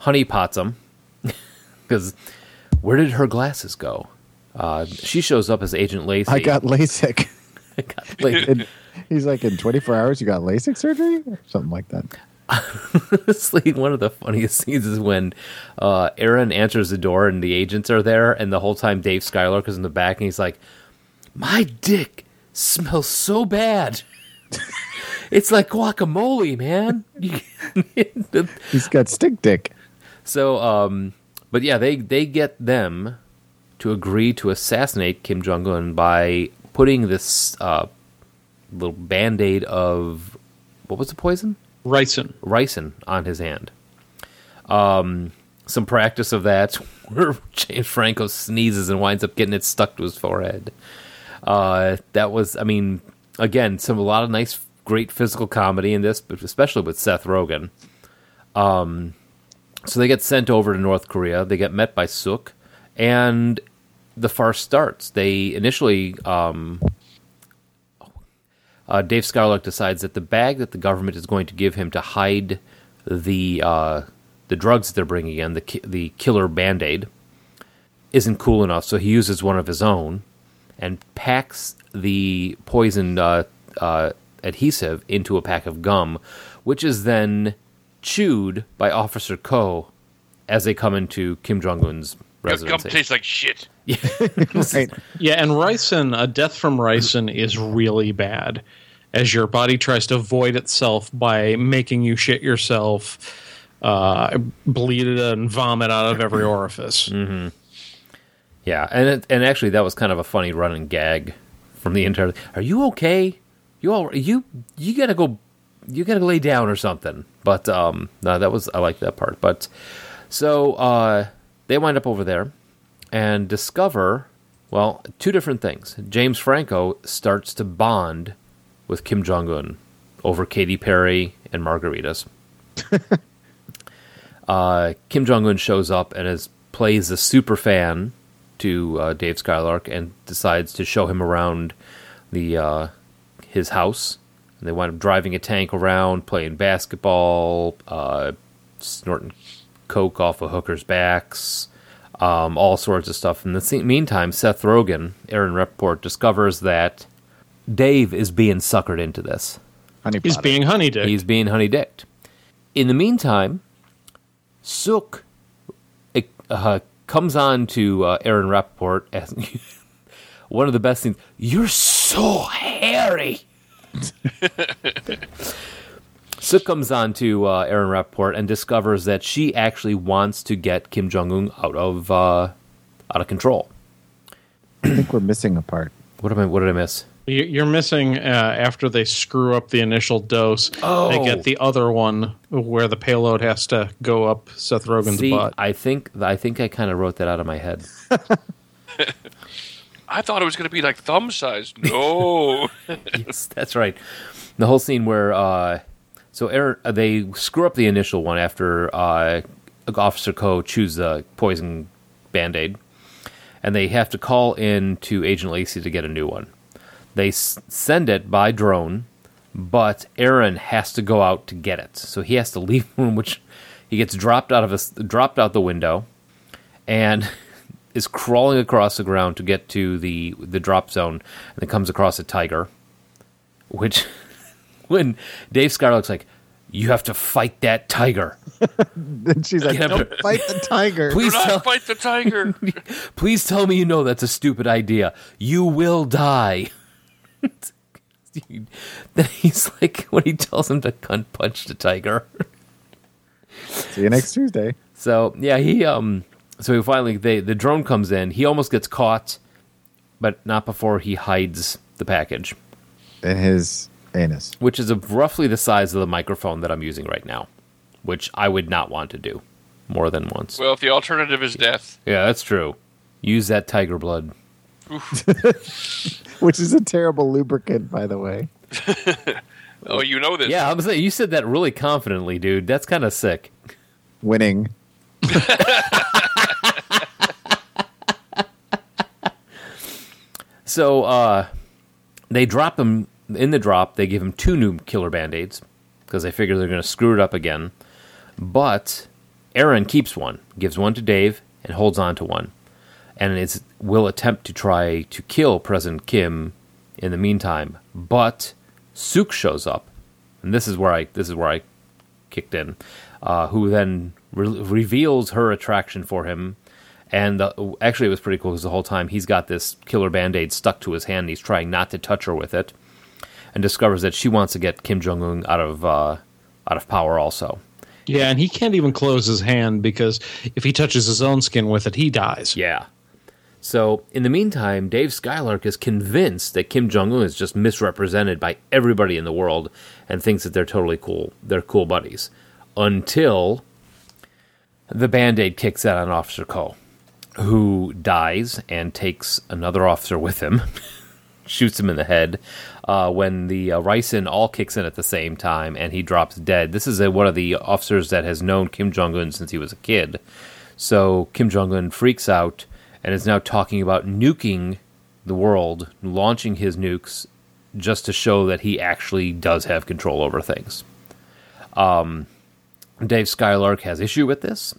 B: honey pots them because where did her glasses go uh she shows up as agent lacey
D: I got LASIK.
B: got like,
D: And he's like, in 24 hours, you got LASIK surgery, or something like that.
B: honestly one of the funniest scenes is when uh aaron answers the door and the agents are there and the whole time dave skylark is in the back and he's like my dick smells so bad it's like guacamole man
D: He's got stick dick.
B: So, um, but yeah, they they get them to agree to assassinate Kim Jong Un by putting this uh, little band aid of what was the poison?
E: Ricin.
B: Ricin on his hand. Um, some practice of that where James Franco sneezes and winds up getting it stuck to his forehead. Uh, that was, I mean, again, some a lot of nice, great physical comedy in this, but especially with Seth Rogen. Um, so they get sent over to North Korea. They get met by Sook, and the farce starts. They initially um, uh, Dave Skylark decides that the bag that the government is going to give him to hide the uh, the drugs that they're bringing in, the ki- the killer band aid, isn't cool enough. So he uses one of his own and packs the poisoned uh, uh, adhesive into a pack of gum, which is then chewed by Officer Ko as they come into Kim Jong Un's
C: Your gum
B: residency.
C: tastes like shit.
D: Right.
E: Yeah, and ricin, a death from ricin is really bad as your body tries to void itself by making you shit yourself, uh, bleed it and vomit out of every orifice.
B: Yeah, and it, and actually that was kind of a funny running gag from the entire. Are you okay? You all you you gotta go. You gotta lay down or something. But um, no, that was I like that part. But so uh, they wind up over there and discover well two different things. James Franco starts to bond with Kim Jong Un over Katy Perry and margaritas. uh, Kim Jong Un shows up and is plays a super fan to uh, Dave Skylark and decides to show him around the uh, his house. And they wind up driving a tank around, playing basketball, uh, snorting coke off of hookers' backs, um, all sorts of stuff. In the se- meantime, Seth Rogen, Aaron Rapport, discovers that Dave is being suckered into this.
D: Honey
E: He's
D: pot.
E: being honey dick.
B: He's being honey dicked. In the meantime, Sook it, uh, comes on to uh, Aaron Rappaport as one of the best things. You're so hairy. Sook comes on to uh, Aaron Rappaport and discovers that she actually wants to get Kim Jong Un out of uh, out of control.
D: I think we're missing a part.
B: What am I? What did I miss?
E: You- You're missing uh, after they screw up the initial dose. They
B: Oh.
E: get the other one where the payload has to go up Seth Rogen's
B: See,
E: butt.
B: I think I think I kind of wrote that out of my head.
C: I thought it was going to be like thumb size. No.
B: yes, that's right. The whole scene where uh, so Aaron, uh, they screw up the initial one after uh, Officer Co chews the poison band aid, and they have to call in to Agent Lacey to get a new one. They s- send it by drone, but Aaron has to go out to get it. So he has to leave the room, which he gets dropped out of his, dropped out the window, and is crawling across the ground to get to the the drop zone, and then comes across a tiger, which when Dave Scarlett's like, "You have to fight that tiger."
D: Then she's like,
B: Yeah,
D: "Don't
B: but-
D: fight the tiger."
B: Please
C: Do
B: tell,
C: not fight the tiger.
B: please tell me you know that's a stupid idea. You will die. then he's like, when he tells him to cunt punch the tiger.
D: See you next Tuesday.
B: So yeah, he um, so he finally they the drone comes in. He almost gets caught, but not before he hides the package,
D: In his anus.
B: which is of roughly the size of the microphone that I'm using right now, which I would not want to do more than once.
C: Well, if the alternative is death,
B: yeah, that's true. Use that tiger blood.
D: which is a terrible lubricant, by the way.
C: oh, you know this.
B: Yeah, I'm saying you said that really confidently, dude. That's kind of sick.
D: Winning.
B: So uh, they drop him in the drop. They give him two new killer band aids because they figure they're going to screw it up again. But Aaron keeps one, gives one to Dave, and holds on to one, and is will attempt to try to kill President Kim in the meantime. But Suk shows up, and this is where I this is where I kicked in, uh, who then re- reveals her attraction for him. And the, actually, it was pretty cool because the whole time he's got this killer band aid stuck to his hand. And he's trying not to touch her with it, and discovers that she wants to get Kim Jong Un out of uh, out of power. Also,
E: Yeah, and he can't even close his hand because if he touches his own skin with it, he dies.
B: yeah. So in the meantime, Dave Skylark is convinced that Kim Jong Un is just misrepresented by everybody in the world, and thinks that they're totally cool. They're cool buddies until the band aid kicks out on Officer Cole, who dies and takes another officer with him, shoots him in the head. Uh, when the uh, ricin all kicks in at the same time and he drops dead. This is uh one of the officers that has known Kim Jong Un since he was a kid. So Kim Jong Un freaks out and is now talking about nuking the world, launching his nukes just to show that he actually does have control over things. Um, Dave Skylark has issue with this,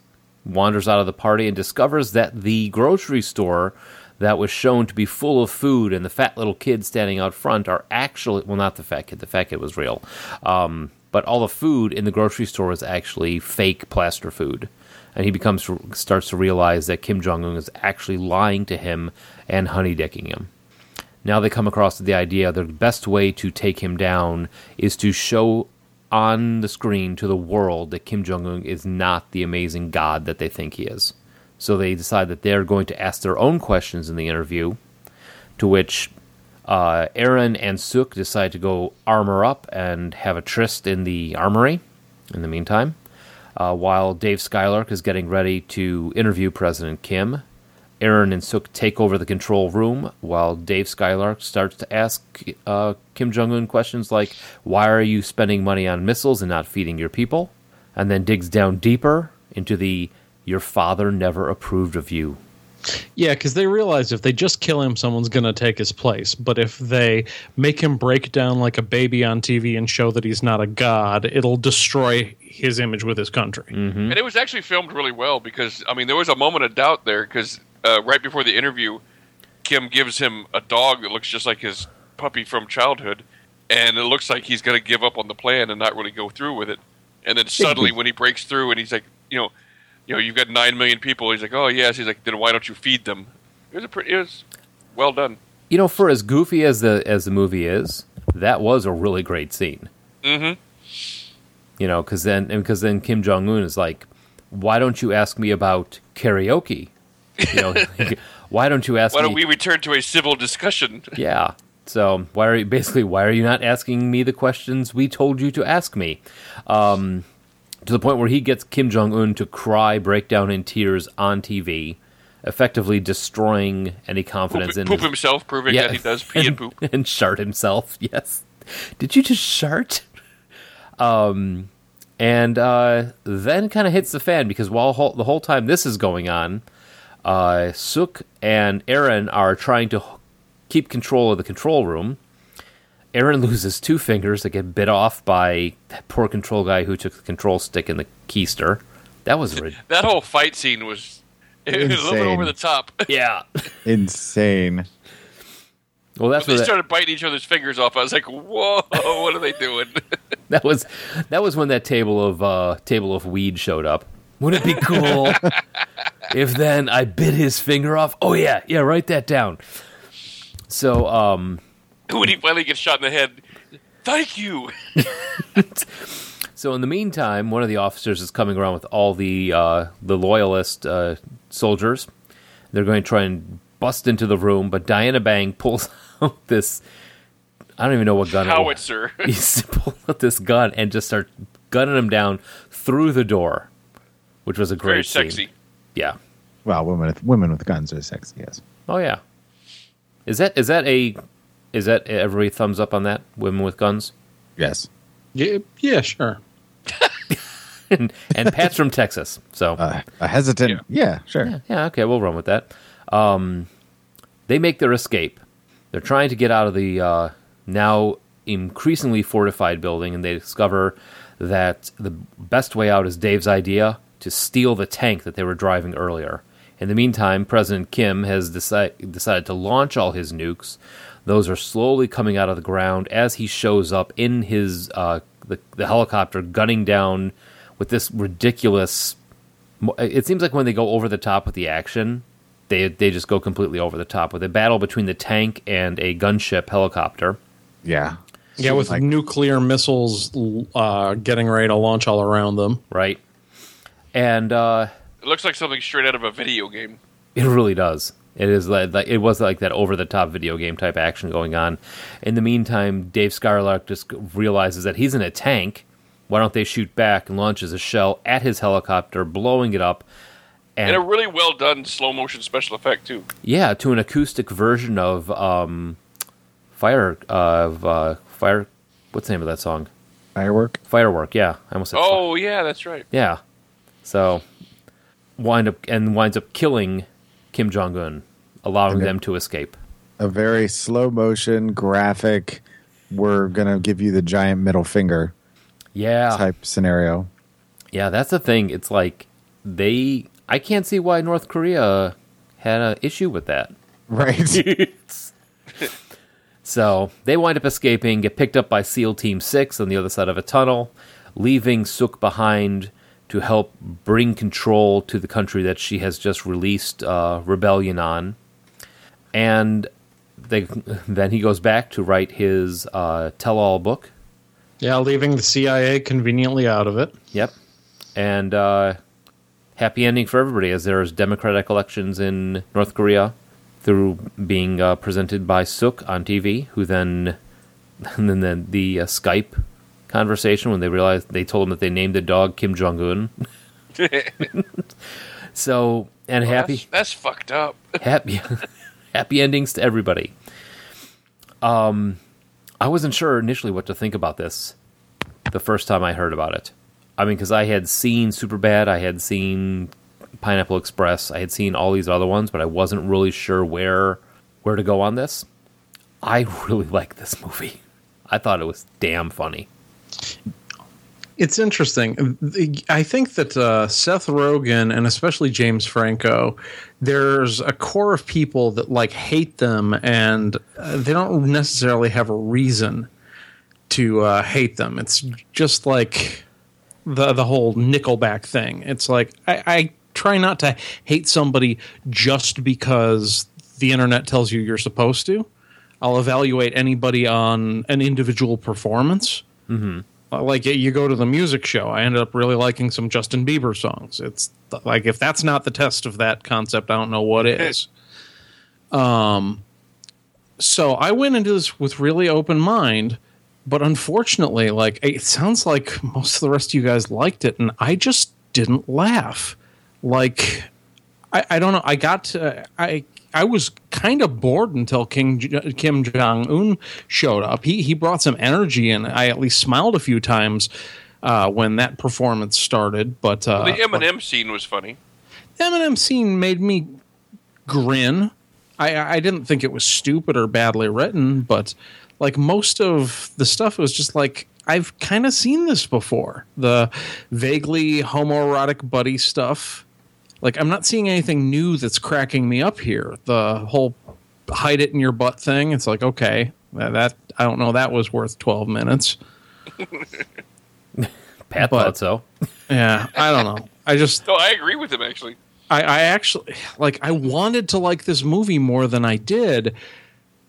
B: wanders out of the party and discovers that the grocery store that was shown to be full of food and the fat little kid standing out front are actually well not the fat kid the fat kid was real um, but all the food in the grocery store is actually fake plaster food and he becomes starts to realize that kim jong-un is actually lying to him and honeydicking him now they come across the idea the best way to take him down is to show on the screen to the world that Kim Jong un is not the amazing god that they think he is. So they decide that they're going to ask their own questions in the interview, to which uh, Aaron and Suk decide to go armor up and have a tryst in the armory in the meantime, uh, while Dave Skylark is getting ready to interview President Kim. Aaron and Sook take over the control room while Dave Skylark starts to ask uh, Kim Jong un questions like, Why are you spending money on missiles and not feeding your people? And then digs down deeper into the Your father never approved of you.
E: Yeah, because they realize if they just kill him, someone's going to take his place. But if they make him break down like a baby on TV and show that he's not a god, it'll destroy his image with his country.
B: Mm.
C: And it was actually filmed really well because I mean there was a moment of doubt there because uh, right before the interview, Kim gives him a dog that looks just like his puppy from childhood, and it looks like he's going to give up on the plan and not really go through with it. And then suddenly, when he breaks through and he's like, you know, you know, you've got nine million people. He's like, oh yes. He's like, then why don't you feed them? It was a pretty. It was well done.
B: You know, for as goofy as the as the movie is, that was a really great scene.
C: Mm-hmm.
B: you know, because then because then Kim Jong Un is like, why don't you ask me about karaoke? You know, why don't you ask
C: Why
B: me?
C: don't we return to a civil discussion?
B: Yeah. So why are you basically why are you not asking me the questions we told you to ask me? Um, to the point where he gets Kim Jong Un to cry, break down in tears on TV, effectively destroying any confidence
C: Poop,
B: in
C: poop
B: his-
C: himself, proving that he does pee and poop.
B: and shart himself. Yes. Did you just shart? Um, and uh, then kind of hits the fan because while whole, the whole time this is going on, uh, Sook and Aaron are trying to h- keep control of the control room Aaron loses two fingers that get bit off by that poor control guy who took the control stick and the keister. That was rid-
C: That whole fight scene was, it was a little bit
D: Insane.
C: over the top.
B: yeah.
D: Insane.
B: Well, that's
C: When
B: what
C: they
B: that,
C: started biting each other's fingers off, I was like, "Whoa, what are they doing?"
B: that was. That was when that table of uh, table of weed showed up. Wouldn't it be cool if then I bit his finger off? Oh yeah, yeah. Write that down. So um,
C: when he finally gets shot in the head, thank you.
B: So in the meantime, one of the officers is coming around with all the uh, the loyalist uh, soldiers. They're going to try and bust into the room, but Diana Bang pulls out this I don't even know what gun it was.
C: Howitzer.
B: He's pulling out this gun and just start gunning them down through the door, which was a great
C: Very
B: scene.
C: sexy.
B: Yeah.
D: Well, women with, women with guns are sexy, yes.
B: Oh yeah. Is that is that a is that everybody thumbs up on that? Women with guns
D: Yes.
E: Yeah, yeah, sure.
B: and and Pat's from Texas, so
D: Uh, a hesitant. Yeah, sure.
B: Yeah, okay, we'll run with that. Um, they make their escape. They're trying to get out of the uh, now increasingly fortified building, and they discover that the best way out is Dave's idea to steal the tank that they were driving earlier. In the meantime, President Kim has deci- decided to launch all his nukes. Those are slowly coming out of the ground as he shows up in his uh, the, the helicopter, gunning down with this ridiculous mo- uh, it seems like when they go over the top with the action, they they just go completely over the top with a battle between the tank and a gunship helicopter.
D: Yeah.
E: Yeah, with
D: Like-
E: nuclear missiles uh, getting ready to launch all around them.
B: Right, and uh,
C: It looks like something straight out of a video game.
B: It really does. It is like, like it was like that over the top video game type action going on. In the meantime, Dave Skylark just realizes that he's in a tank. Why don't they shoot back and launches a shell at his helicopter, blowing it up?
C: And a really well done slow motion special effect too.
B: Yeah, to an acoustic version of um, fire of uh, fire. What's the name of that song?
D: Firework.
B: Firework. Yeah, I almost said.
C: Oh yeah, that's right.
B: yeah. So wind up and winds up killing Kim Jong Un, allowing
D: Okay.
B: them to escape.
D: A very slow motion graphic. We're gonna give you the giant middle finger
B: Yeah,
D: type scenario.
B: yeah. That's the thing. It's like they. I can't see why North Korea had an issue with that.
D: Right.
B: So they wind up escaping, get picked up by SEAL Team 6 on the other side of a tunnel, leaving Sook behind to help bring control to the country that she has just released uh, rebellion on. And they, then he goes back to write his uh, tell all book.
E: Yeah, leaving the CIA conveniently out of it.
B: Yep. And uh, happy ending for everybody as there's democratic elections in North Korea through being uh, presented by Suk on TV, who then and then the, the uh, Skype conversation when they realized they told him that they named the dog Kim Jong Un. so and happy
C: That's, that's fucked up.
B: happy happy endings to everybody. Um, I wasn't sure initially what to think about this the first time I heard about it. I mean, because I had seen Superbad, I had seen Pineapple Express, I had seen all these other ones, but I wasn't really sure where where to go on this. I really like this movie. I thought it was damn funny.
E: It's interesting. I think that uh, Seth Rogen and especially James Franco, there's a core of people that like hate them, and uh, they don't necessarily have a reason to uh, hate them. It's just like the the whole Nickelback thing. It's like I, I try not to hate somebody just because the internet tells you you're supposed to. I'll evaluate anybody on an individual performance Uh, like you go to the music show i ended up really liking some justin bieber songs it's like if that's not the test of that concept i don't know what is um so i went into this with really open mind but unfortunately like it sounds like most of the rest of you guys liked it and i just didn't laugh like I, I don't know. I got to, I I was kind of bored until King J- Kim Jong Un showed up. He he brought some energy and I at least smiled a few times uh, when that performance started. But uh,
C: The Eminem scene was funny.
E: Eminem scene made me grin. I, I didn't think it was stupid or badly written, but like most of the stuff was just like I've kind of seen this before. The vaguely homoerotic buddy stuff. Like I'm not seeing anything new that's cracking me up here. The whole hide it in your butt thing. It's like okay, that, that I don't know. That was worth 12 minutes.
B: Pat
E: But-
B: thought so.
E: Yeah, I don't know. I just
C: No, Oh, I agree with him actually.
E: I, I actually like I wanted to like this movie more than I did,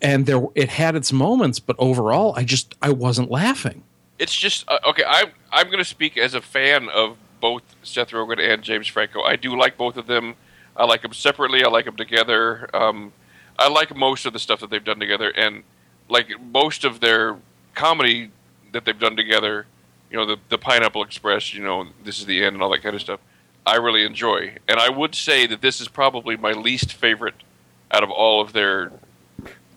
E: and there it had its moments, but overall, I just I wasn't laughing.
C: It's just uh, okay. I'm I'm going to speak as a fan of both Seth Rogen and James Franco. I do like both of them. I like them separately. I like them together. Um, I like most of the stuff that they've done together, and like most of their comedy that they've done together. You know, the the Pineapple Express. You know, this is the end, and all that kind of stuff. I really enjoy, and I would say that this is probably my least favorite out of all of their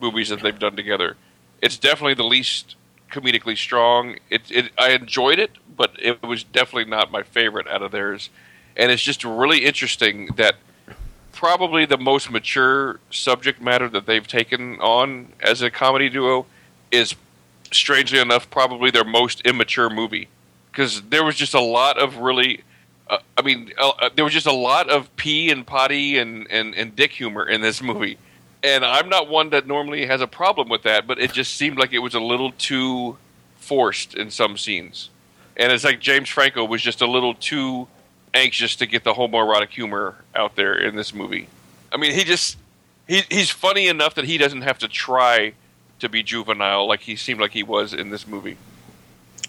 C: movies that they've done together. It's definitely the least comedically strong. It, it I enjoyed it, but it was definitely not my favorite out of theirs. And it's just really interesting that probably the most mature subject matter that they've taken on as a comedy duo is strangely enough probably their most immature movie because there was just a lot of really uh, I mean, uh, uh, there was just a lot of pee and potty and, and, and dick humor in this movie. And I'm not one that normally has a problem with that, but it just seemed like it was a little too forced in some scenes. And it's like James Franco was just a little too anxious to get the homoerotic humor out there in this movie. I mean, he just he he's funny enough that he doesn't have to try to be juvenile like he seemed like he was in this movie.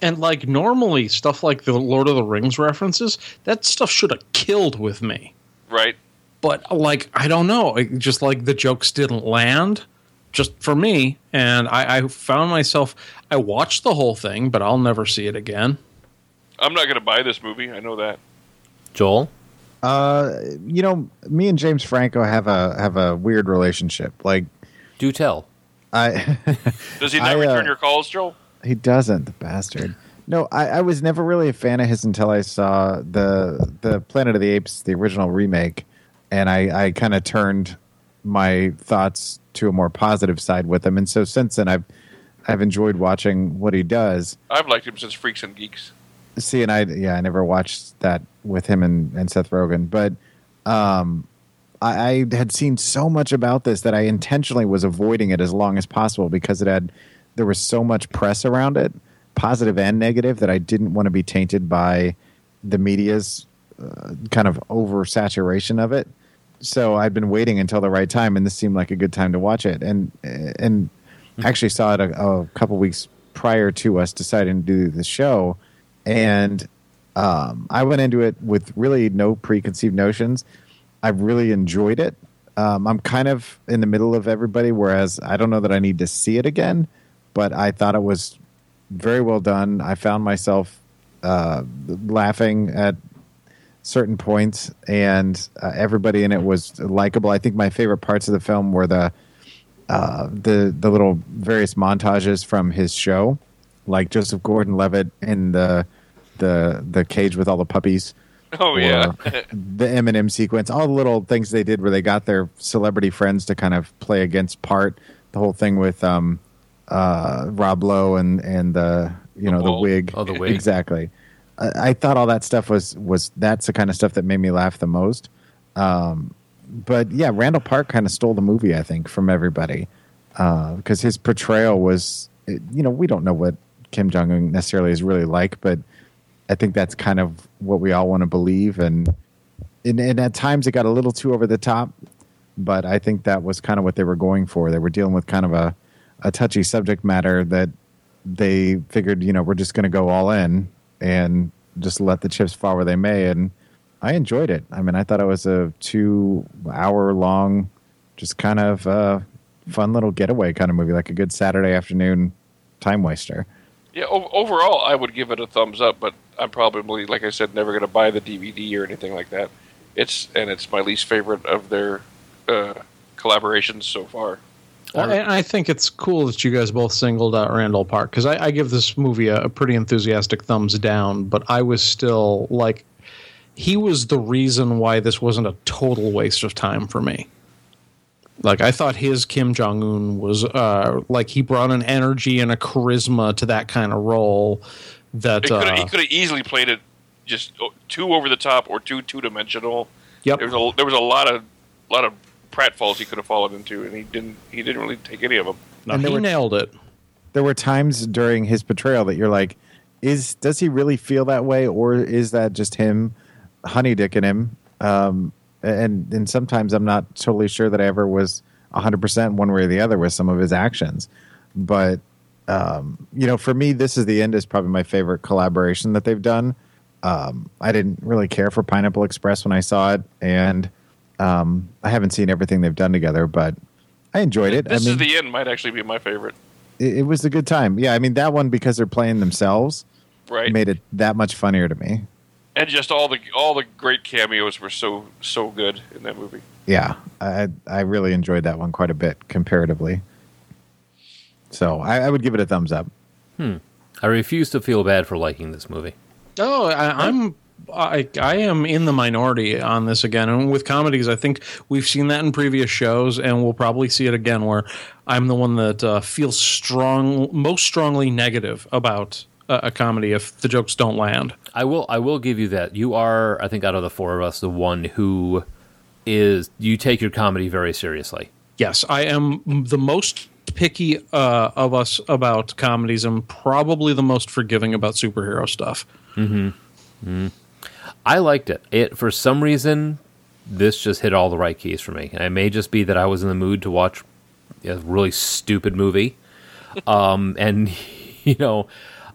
E: And like normally, stuff like the Lord of the Rings references, that stuff should have killed with me.
C: Right?
E: But like I don't know, it- just like the jokes didn't land, just for me. And I, I found myself I watched the whole thing, but I'll never see it again.
C: I'm not going to buy this movie. I know that.
B: Joel,
D: Uh, you know, me and James Franco have a have a weird relationship. Like
B: do tell.
D: I
C: Does he not
D: I, uh,
C: return your calls, Joel?
D: He doesn't, the bastard. No, I, I was never really a fan of his until I saw the the Planet of the Apes, the original remake, and I, I kind of turned my thoughts to a more positive side with him. And so since then, I've I've enjoyed watching what he does.
C: I've liked him since Freaks and Geeks.
D: See, and I yeah, I never watched that with him and, and Seth Rogen, but um, I, I had seen so much about this that I intentionally was avoiding it as long as possible because it had there was so much press around it, positive and negative, that I didn't want to be tainted by the media's uh, kind of oversaturation of it. So I'd been waiting until the right time, and this seemed like a good time to watch it. And and actually saw it a, a couple weeks prior to us deciding to do the show, and um, I went into it with really no preconceived notions. I really enjoyed it. Um, I'm kind of in the middle of everybody, whereas I don't know that I need to see it again, but I thought it was very well done. I found myself uh, laughing at certain points, and uh, everybody in it was likable. I think my favorite parts of the film were the uh, the the little various montages from his show, like Joseph Gordon-Levitt in the the the cage with all the puppies
C: Oh yeah.
D: or the Eminem sequence, all the little things they did where they got their celebrity friends to kind of play against part. The whole thing with um, uh, Rob Lowe and and the you know the
C: wall.
D: wig,
B: Oh, the wig.
D: exactly. I, I thought all that stuff was was that's the kind of stuff that made me laugh the most. Um, but yeah, Randall Park kind of stole the movie, I think, from everybody because his portrayal was, you know, we don't know what Kim Jong Un necessarily is really like, but I think that's kind of what we all want to believe. And, and and at times it got a little too over the top, but I think that was kind of what they were going for. They were dealing with kind of a a touchy subject matter that they figured, you know, we're just going to go all in and just let the chips fall where they may. And I enjoyed it. I mean, I thought it was a two hour long, just kind of uh, fun little getaway kind of movie, like a good Saturday afternoon time waster.
C: Yeah, o- overall, I would give it a thumbs up, but I'm probably, like I said, never going to buy the DVD or anything like that. It's and it's my least favorite of their uh, collaborations so far.
E: Well, and I think it's cool that you guys both singled out Randall Park because I, I give this movie a, a pretty enthusiastic thumbs down, but I was still like, he was the reason why this wasn't a total waste of time for me. Like I thought his Kim Jong Un was uh, like he brought an energy and a charisma to that kind of role. That
C: It coulda-
E: uh,
C: he could have easily played it just o- too over the top or too two dimensional.
E: Yep.
C: There was a there was a lot of lot of pratfalls he could have fallen into, and he didn't he didn't really take any of them.
E: no,
D: And
E: he
D: they were-
E: nailed it.
D: There were times during his portrayal that you're like, is does he really feel that way, or is that just him honey dicking him? Um, and and sometimes I'm not totally sure that I ever was 100 percent one way or the other with some of his actions, but um, you know, for me, this is the end is probably my favorite collaboration that they've done. Um, I didn't really care for Pineapple Express when I saw it, and um, I haven't seen everything they've done together, but I enjoyed it.
C: This
D: I mean,
C: is the end might actually be my favorite.
D: it, it was a good time. Yeah, I mean that one because they're playing themselves
C: Right.
D: made it that much funnier to me.
C: and just all the all the great cameos were so so good in that movie.
D: Yeah, I I really enjoyed that one quite a bit comparatively. So I, I would give it a thumbs up.
B: I refuse to feel bad for liking this movie.
E: Oh, I, I'm I, I am in the minority on this again, and with comedies, I think we've seen that in previous shows, and we'll probably see it again. Where I'm the one that uh, feels strong, most strongly negative about a, a comedy if the jokes don't land.
B: I will I will give you that. You are, I think out of the four of us, the one who is you take your comedy very seriously.
E: Yes, I am the most picky uh, of us about comedies. I'm probably the most forgiving about superhero stuff.
B: I liked it. It for some reason this just hit all the right keys for me. And it may just be that I was in the mood to watch a really stupid movie. Um, and you know,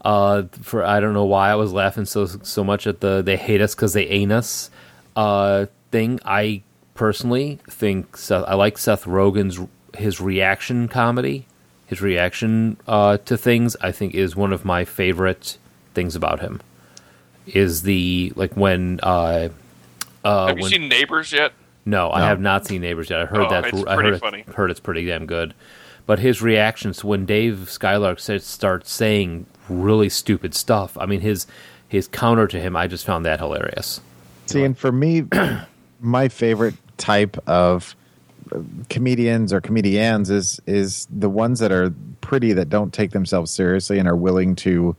B: uh, for I don't know why I was laughing so so much at the they hate us because they ain't us uh, thing. I personally think Seth, I like Seth Rogen's his reaction comedy. His reaction uh, to things, I think, is one of my favorite things about him. Is the like when uh,
C: Have you
B: when-
C: seen Neighbors yet?
B: no, I have not seen Neighbors yet. I heard
C: Oh,
B: that.
C: it's
B: I
C: pretty
B: heard,
C: funny.
B: heard it's pretty damn good. But his reactions when Dave Skylark said, starts saying really stupid stuff. I mean, his his counter to him, I just found that hilarious.
D: See, and for me, my favorite type of uh, comedians or comedians is is the ones that are pretty that don't take themselves seriously and are willing to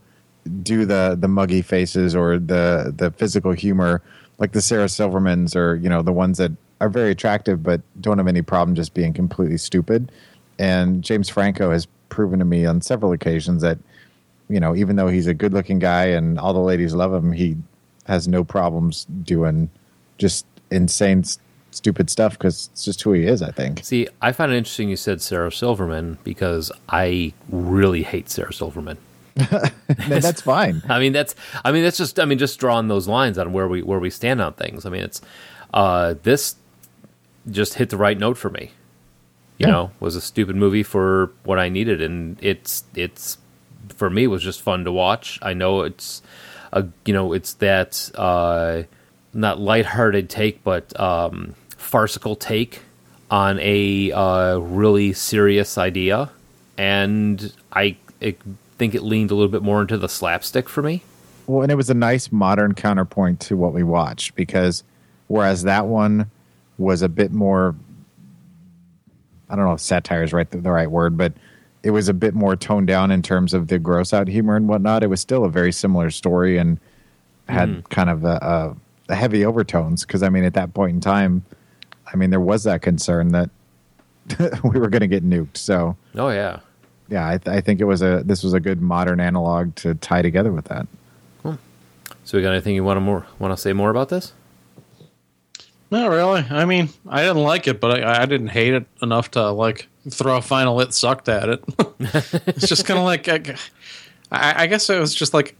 D: do the the muggy faces or the the physical humor like the Sarah Silvermans or you know the ones that are very attractive but don't have any problem just being completely stupid and James Franco has proven to me on several occasions that you know, even though he's a good looking guy and all the ladies love him, he has no problems doing just insane, s- stupid stuff because it's just who he is, I think.
B: See, I found it interesting you said Sarah Silverman because I really hate Sarah Silverman.
D: And that's fine.
B: I mean, that's I mean that's just I mean just drawing those lines on where we where we stand on things. I mean, it's uh, this just hit the right note for me. You know, was a stupid movie for what I needed, and it's it's for me was just fun to watch. I know it's a you know it's that uh, not lighthearted take, but um, farcical take on a uh, really serious idea, and I it, think it leaned a little bit more into the slapstick for me.
D: Well, and it was a nice modern counterpoint to what we watched because whereas that one was a bit more, I don't know if satire is right the, the right word, but it was a bit more toned down in terms of the gross out humor and whatnot. It was still a very similar story and had kind of a, a, a heavy overtones because I mean at that point in time, I mean there was that concern that we were going to get nuked. So
B: Oh yeah.
D: yeah, I, th- I think it was a this was a good modern analog to tie together with that.
B: So we got anything you want to more want to say more about this?
E: Not really. I mean, I didn't like it, but I, I didn't hate it enough to like throw a final it sucked at it. it's just kind of like I, I I guess it was just like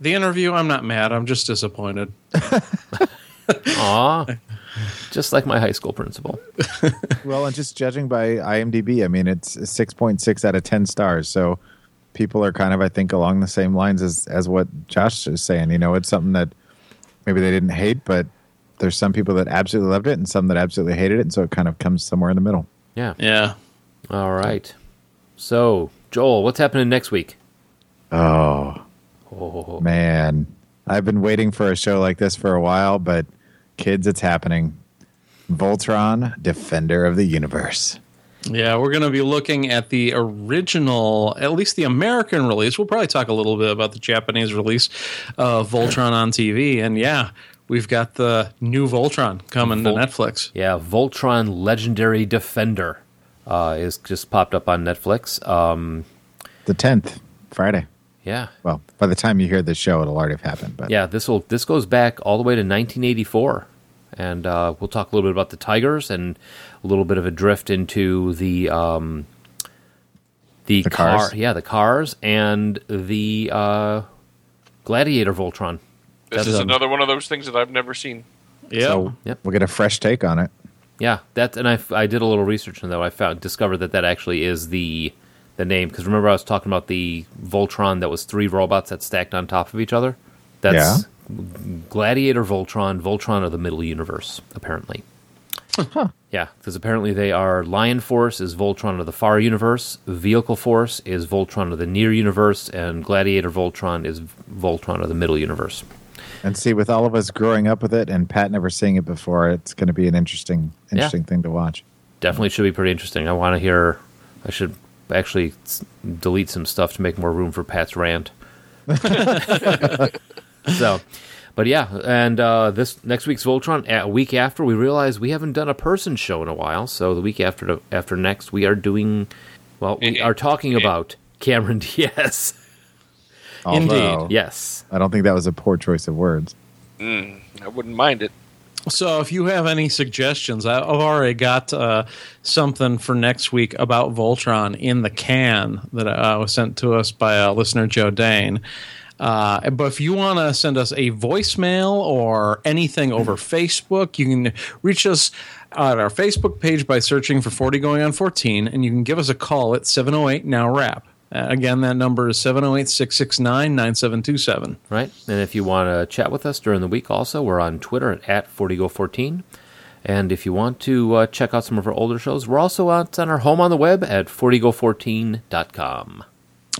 E: the interview. I'm not mad. I'm just disappointed.
B: Aw, just like my high school principal.
D: Well, and just judging by IMDb, I mean it's six point six out of ten stars. So people are kind of, I think, along the same lines as as what Josh is saying. You know, it's something that maybe they didn't hate, but there's some people that absolutely loved it and some that absolutely hated it, and so it kind of comes somewhere in the middle.
B: Yeah.
E: Yeah.
B: All right. So Joel, what's happening next week?
D: Oh
B: Oh,
D: man, I've been waiting for a show like this for a while, but kids, it's happening. Voltron, Defender of the Universe.
E: Yeah, we're going to be looking at the original, at least the American release. We'll probably talk a little bit about the Japanese release of Voltron on TV. And yeah, we've got the new Voltron coming
B: Vol-
E: to Netflix.
B: Yeah, Voltron Legendary Defender uh, is just popped up on Netflix. Um,
D: The 10th, Friday.
B: yeah,
D: Well, by the time you hear this show, it'll already have happened. But
B: yeah. This will this goes back all the way to 1984, and uh, we'll talk a little bit about the Tigers and a little bit of a drift into the um, the,
D: The
B: car,
D: cars?
B: yeah, the cars and the uh, Gladiator Voltron.
C: This
B: That's,
C: is
B: um,
C: another one of those things that I've never seen.
E: Yeah.
D: so
B: Yep.
D: we'll get a fresh take on it.
B: Yeah, that and I, I did a little research and though I found discovered that that actually is the the name because remember I was talking about the Voltron that was three robots that stacked on top of each other. That's Gladiator Voltron, Voltron of the Middle Universe, apparently. Yeah, because apparently they are Lion Force is Voltron of the Far Universe, Vehicle Force is Voltron of the Near Universe, and Gladiator Voltron is Voltron of the Middle Universe.
D: And see, with all of us growing up with it and Pat never seeing it before, it's going to be an interesting, interesting thing to watch.
B: definitely should be pretty interesting. I want to hear. I should actually s- delete some stuff to make more room for Pat's rant. so, but yeah, and uh, this next week's Voltron. A week after, we realize we haven't done a person show in a while. So the week after the, after next, we are doing. Well, we are talking about Cameron Diaz.
E: Indeed.
D: Although,
B: yes.
D: I don't think that was a poor choice of words.
C: I wouldn't mind it.
E: So if you have any suggestions, I- I've already got uh, something for next week about Voltron in the can that uh, was sent to us by uh, listener Joe Dane. Uh, but if you want to send us a voicemail or anything over Facebook, you can reach us at our Facebook page by searching for 40 Going on 14, and you can give us a call at 708 Now Rap. Uh, again, that number is 708 669 9727.
B: Right. And if you want to chat with us during the week, also, we're on Twitter at, at 40go14. And if you want to uh, check out some of our older shows, we're also out on our home on the web at 40go14.com.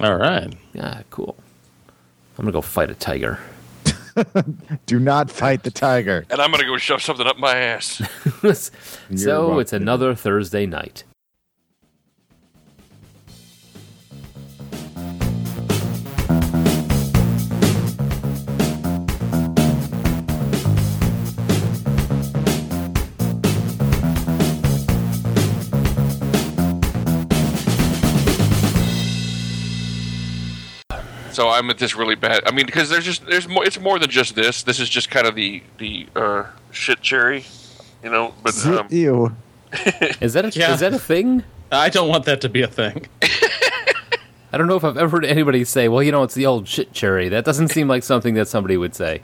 E: All right.
B: Yeah, cool. I'm going to go fight a tiger.
D: Do not fight the tiger.
C: And I'm gonna go shove something up my ass.
B: so
D: welcome.
B: it's another Thursday night.
C: so I'm at this really bad. I mean, because there's just there's more. It's more than just this. This is just kind of the the uh, shit cherry, you know. But um,
D: Ew.
B: Is that, a,
E: Yeah.
B: is that a thing?
E: I don't want that to be a thing.
B: I don't know if I've ever heard anybody say, well, you know, it's the old shit cherry. That doesn't seem like something that somebody would say.